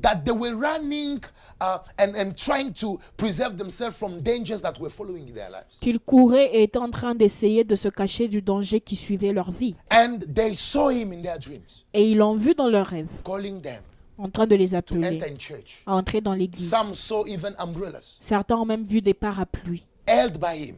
S3: that they were running uh, and and trying to preserve themselves from dangers that were following their lives.
S2: Qu'ils couraient et étaient en train d'essayer de se cacher du danger qui suivait leur vie.
S3: And they saw him in their dreams,
S2: Et ils l'ont vu dans leurs rêves,
S3: calling them
S2: en train de les
S3: to enter
S2: appeler
S3: in church.
S2: à entrer dans l'église.
S3: Some saw even umbrellas
S2: Certains ont même vu des parapluies
S3: held by him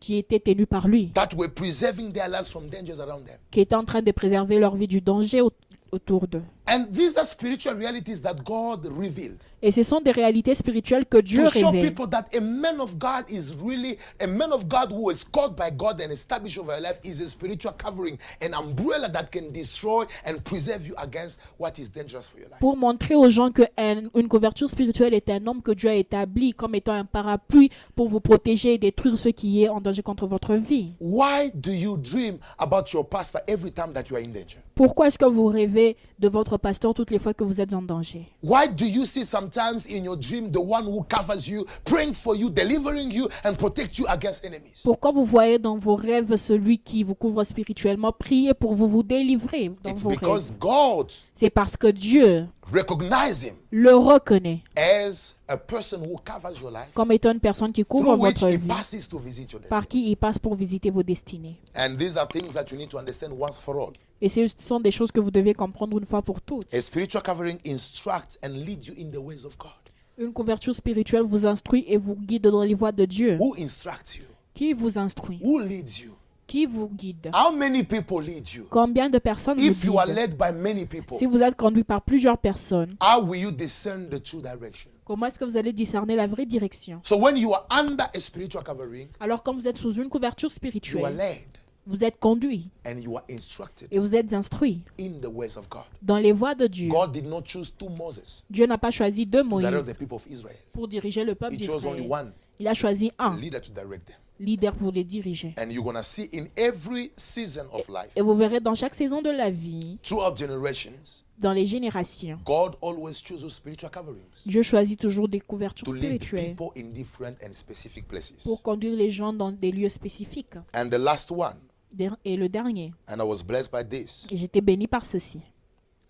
S2: qui étaient tenus par lui,
S3: that were preserving their lives from dangers around them.
S2: qui étaient en train de préserver leur vie du danger au- autour d'eux.
S3: And these are spiritual realities that God revealed
S2: Et ce sont des réalités spirituelles que Dieu
S3: to show
S2: révèle
S3: people that a man of God is really a man of God who is called by God and established over your life is a spiritual covering, an umbrella that can destroy and preserve you against what is dangerous for your life.
S2: pour montrer aux gens que un- une couverture spirituelle est un homme que Dieu a établi comme étant un parapluie pour vous protéger et détruire ce qui est en danger contre votre vie.
S3: Why do you dream about your pastor every time that you are in danger?
S2: Pourquoi est-ce que vous rêvez de votre pasteur toutes les fois que vous êtes en danger
S3: Why do you see sometimes in your dream the one who covers you, praying for you, delivering you, and protect you against enemies?
S2: Pourquoi vous voyez dans vos rêves celui qui vous couvre spirituellement prier pour vous vous délivrer dans
S3: It's
S2: vos rêves
S3: because God
S2: C'est parce que Dieu
S3: recognizes him
S2: le reconnaît
S3: as a person who covers your life.
S2: comme étant une personne qui couvre
S3: through which
S2: votre
S3: he
S2: vie,
S3: passes to visit your destiny.
S2: par qui il passe pour visiter vos destinées.
S3: And these are things that you need to understand once for all.
S2: Et ce sont des choses que vous devez comprendre une fois pour toutes.
S3: A spiritual covering instructs and leads you in the ways of God.
S2: Une couverture spirituelle vous instruit et vous guide dans les voies de Dieu.
S3: Who instructs you?
S2: Qui vous instruit
S3: Who leads you?
S2: Qui vous guide
S3: How many people lead you?
S2: Combien de personnes vous
S3: Ah. If you are
S2: guident
S3: led by many people,
S2: Si vous êtes conduit par plusieurs personnes,
S3: how will you discern the true direction?
S2: comment est-ce que vous allez discerner la vraie direction
S3: So when you are under a spiritual covering,
S2: Alors quand vous êtes sous une couverture
S3: you are
S2: spirituelle,
S3: led
S2: vous êtes conduit
S3: and you are instructed
S2: et vous êtes instruit
S3: in the ways of God.
S2: dans les voies de Dieu.
S3: God did not choose two Moses
S2: Dieu n'a pas choisi deux
S3: to direct
S2: Moïse
S3: the people of Israel.
S2: pour diriger le peuple
S3: He chose only
S2: d'Israël.
S3: one
S2: Il a choisi un
S3: leader to direct them.
S2: leader pour les diriger.
S3: And you're going to see in every season of life
S2: Et vous verrez dans chaque saison de la vie,
S3: throughout generations,
S2: dans les générations,
S3: God always chooses spiritual coverings
S2: Dieu choisit toujours des couvertures
S3: to lead
S2: spirituelles
S3: people in different and specific places.
S2: pour conduire les gens dans des lieux spécifiques.
S3: And the last one,
S2: Der- Et le dernier,
S3: and I was blessed by this
S2: et j'étais béni par ceci.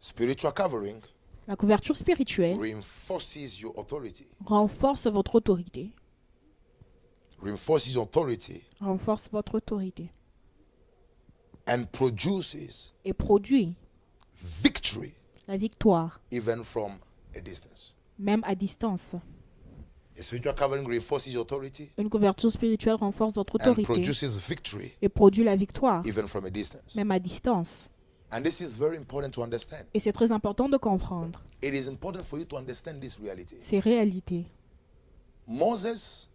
S3: spiritual covering
S2: La couverture spirituelle
S3: reinforces your authority,
S2: renforce votre autorité.
S3: reinforces your authority,
S2: Renforce votre autorité.
S3: and produces
S2: Et produit
S3: victory
S2: la victoire,
S3: even from a distance.
S2: même à distance.
S3: A spiritual covering reinforces your authority
S2: Une couverture spirituelle renforce votre
S3: and
S2: autorité
S3: produces victory
S2: et produit la victoire,
S3: even from a distance.
S2: même à distance.
S3: And this is very important to understand.
S2: Et c'est très important de comprendre
S3: It is important for you to understand this reality.
S2: ces réalités.
S3: Moses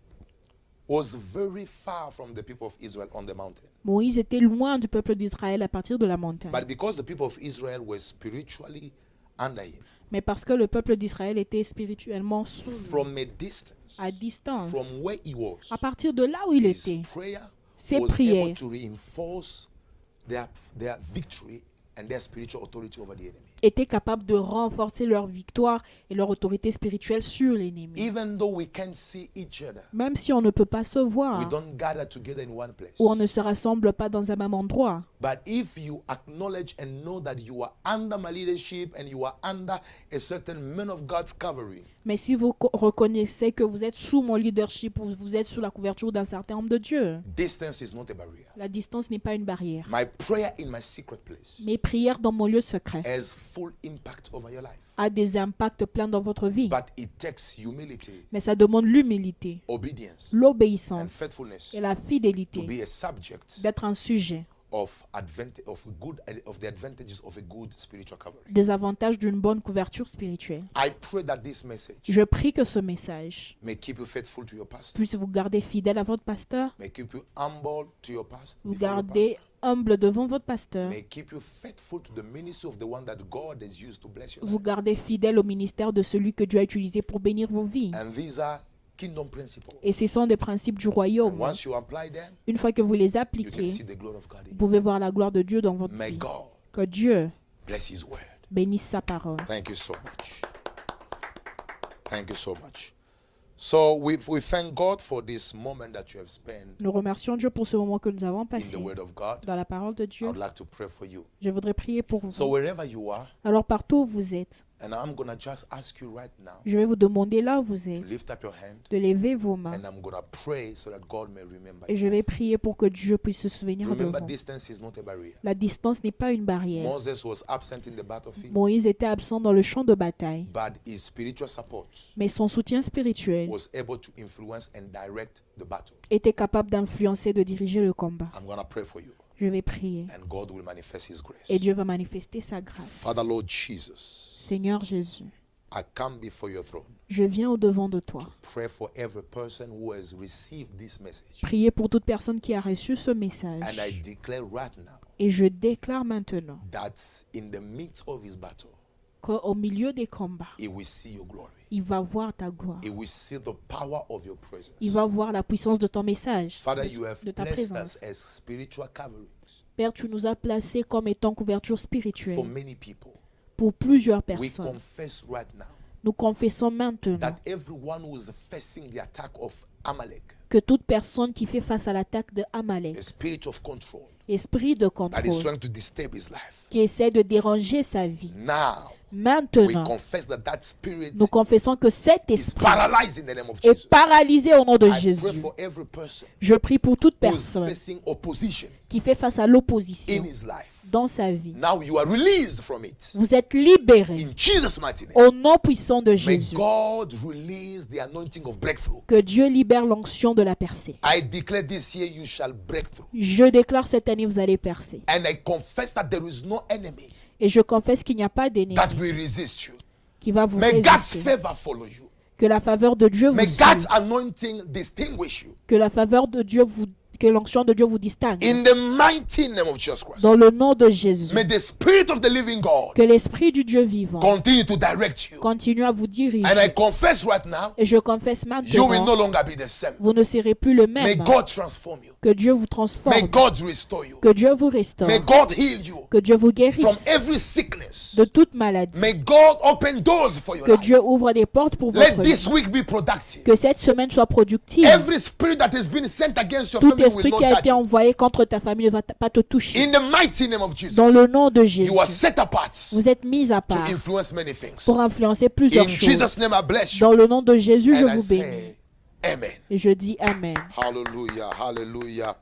S3: was very far from the people of Israel on the mountain.
S2: Moïse était loin du peuple d'Israël à partir de la montagne.
S3: But because the people of Israel were spiritually under him,
S2: Mais parce que le peuple d'Israël était spirituellement sous lui,
S3: from a distance,
S2: à distance,
S3: from where he was,
S2: à partir de là où il
S3: his
S2: était,
S3: prayer
S2: Ses
S3: was able
S2: prières.
S3: to reinforce their, their victory and their spiritual authority over the enemy.
S2: était capable de renforcer leur victoire et leur autorité spirituelle sur l'ennemi.
S3: Even though we can't see each other,
S2: Même si on ne peut pas se
S3: we
S2: voir
S3: don't gather together in one place.
S2: ou on ne se rassemble pas dans un même endroit,
S3: But if you acknowledge and know that you are under my leadership and you are under a certain man of God's covering,
S2: mais si vous co- reconnaissez que vous êtes sous mon leadership ou vous êtes sous la couverture d'un certain homme de Dieu,
S3: distance is not a barrier.
S2: la distance n'est pas une barrière.
S3: My prayer in my secret place
S2: Mes prières dans mon lieu secret
S3: is full impact over your life.
S2: a des impacts pleins dans votre vie.
S3: But it takes humility,
S2: Mais ça demande l'humilité,
S3: obedience, and
S2: l'obéissance
S3: faithfulness
S2: et la
S3: to
S2: fidélité
S3: be a subject
S2: d'être un sujet
S3: of advent- of good of the advantages of a good spiritual covering.
S2: des avantages d'une bonne couverture spirituelle.
S3: I pray that this message
S2: Je prie que ce message
S3: may keep you faithful to your pastor,
S2: puisse vous garder fidèle à votre pasteur,
S3: may keep you humble to your past,
S2: vous
S3: before your
S2: garder
S3: pastor,
S2: humble devant votre pasteur,
S3: may keep you faithful to the ministry of the one that God has used to bless you.
S2: vous garder fidèle au ministère de celui que Dieu a utilisé pour bénir vos vies.
S3: And these are kingdom principles.
S2: Et ce sont des principes du
S3: And
S2: royaume.
S3: once you apply them,
S2: Une fois que vous les
S3: you can
S2: appliquez,
S3: see the glory of God.
S2: vous
S3: in you.
S2: pouvez voir la gloire de Dieu dans votre
S3: May
S2: vie.
S3: God
S2: Que Dieu
S3: bless His word.
S2: bénisse sa parole.
S3: Thank you so much. Thank you so much. So we, we thank God for this moment that you have spent
S2: Nous remercions Dieu pour ce moment que nous avons
S3: in
S2: passé
S3: the Word of God.
S2: dans la parole de
S3: I
S2: Dieu.
S3: would like to pray for you.
S2: Je voudrais prier pour
S3: So
S2: vous.
S3: wherever you are,
S2: Alors partout où vous êtes,
S3: and I'm gonna just ask you right now
S2: je vais vous demander là où vous
S3: to
S2: êtes
S3: lift up your hand,
S2: de lever vos mains.
S3: and I'm gonna pray so that God may remember
S2: Et
S3: you.
S2: je vais prier pour que Dieu puisse se souvenir de
S3: Remember,
S2: vous.
S3: distance is not a barrier.
S2: La distance n'est pas une barrière.
S3: Moses was absent in the battlefield,
S2: Moïse était absent dans le champ de bataille,
S3: but his spiritual support
S2: mais son soutien spirituel
S3: was able to influence and direct the battle.
S2: était capable d'influencer, de diriger le combat.
S3: I'm gonna pray for you,
S2: Je vais prier
S3: and God will manifest His grace.
S2: et Dieu va manifester sa grâce.
S3: Father, Lord Jesus,
S2: Seigneur Jésus,
S3: I come before your throne.
S2: je viens au devant de toi.
S3: Pray for every person who has received this message.
S2: Priez pour toute personne qui a reçu ce
S3: And I
S2: message.
S3: declare right now
S2: Et je déclare maintenant
S3: that in the midst of his battle,
S2: qu'au milieu des combats,
S3: he will see your glory.
S2: il va voir ta gloire.
S3: He will see the power of your presence.
S2: Il va voir la puissance de ton message,
S3: Father, you
S2: de,
S3: have
S2: de ta
S3: blessed us
S2: présence.
S3: as spiritual coverings
S2: Père, tu nous as placés comme étant couverture
S3: for
S2: spirituelle
S3: many people.
S2: pour plusieurs
S3: We
S2: personnes.
S3: confess right now
S2: Nous confessons maintenant
S3: that everyone who is facing the attack of Amalek,
S2: que toute personne qui fait face à l'attaque de Amalek,
S3: a spirit of control
S2: esprit de
S3: that is
S2: contrôle,
S3: trying to disturb his life,
S2: qui essaie de déranger sa vie,
S3: now we
S2: maintenant,
S3: confess that that spirit
S2: nous confessons que cet
S3: is
S2: esprit
S3: paralyzed in the name of Jesus.
S2: est paralysé au nom de
S3: I pray
S2: Jésus.
S3: for every person
S2: Je prie pour toute
S3: who is
S2: personne
S3: facing opposition
S2: qui fait face à
S3: in
S2: l'opposition
S3: his life.
S2: dans sa vie.
S3: Now you are released from it.
S2: Vous êtes libérés
S3: In Jesus' mighty name.
S2: au nom puissant de Oh,
S3: May
S2: Jésus.
S3: God release the anointing of breakthrough.
S2: Que Dieu libère l'onction de la percée.
S3: I declare this year you shall break through.
S2: Je déclare cette année, vous allez percer.
S3: And I confess that there is no enemy
S2: Et je confesse qu'il n'y a pas d'ennemi
S3: that will resist you.
S2: qui va vous
S3: May God's
S2: résister.
S3: favor follow you.
S2: Que la faveur de Dieu vous
S3: May
S2: suive.
S3: God's anointing distinguish you.
S2: Que la faveur de Dieu vous, que l'onction de Dieu vous distingue.
S3: In the mighty name of Jesus Christ.
S2: Dans le nom de Jésus.
S3: May the spirit of the living God
S2: Que l'esprit du Dieu vivant
S3: continue to direct you.
S2: continue à vous
S3: And I
S2: diriger.
S3: confess right now,
S2: Et je confesse
S3: you will no
S2: maintenant,
S3: longer be the same.
S2: vous ne serez plus le
S3: May
S2: même.
S3: God transform you.
S2: Que Dieu vous
S3: May
S2: transforme.
S3: God restore you.
S2: Que Dieu vous restaure.
S3: May God heal you
S2: Que Dieu vous
S3: from
S2: guérisse
S3: every sickness.
S2: de toute maladie.
S3: May God open doors for your
S2: Que Dieu
S3: life.
S2: ouvre des portes pour
S3: Let
S2: votre vie.
S3: this week be productive.
S2: Que cette semaine soit productive.
S3: Every spirit that has been sent against your
S2: Tout
S3: family will
S2: esprit qui a
S3: not touch
S2: été
S3: you.
S2: envoyé contre ta famille ne va t- pas te toucher.
S3: In the mighty name of
S2: Dans
S3: Jesus,
S2: le nom de Jésus,
S3: you are set apart to
S2: vous êtes mis à part
S3: influence many things.
S2: pour influencer plusieurs
S3: In
S2: choses.
S3: Jesus' name, I bless you.
S2: Dans le nom de Jésus, je
S3: And I
S2: vous bénis.
S3: say, Amen.
S2: Et je dis Amen.
S3: Hallelujah. Hallelujah.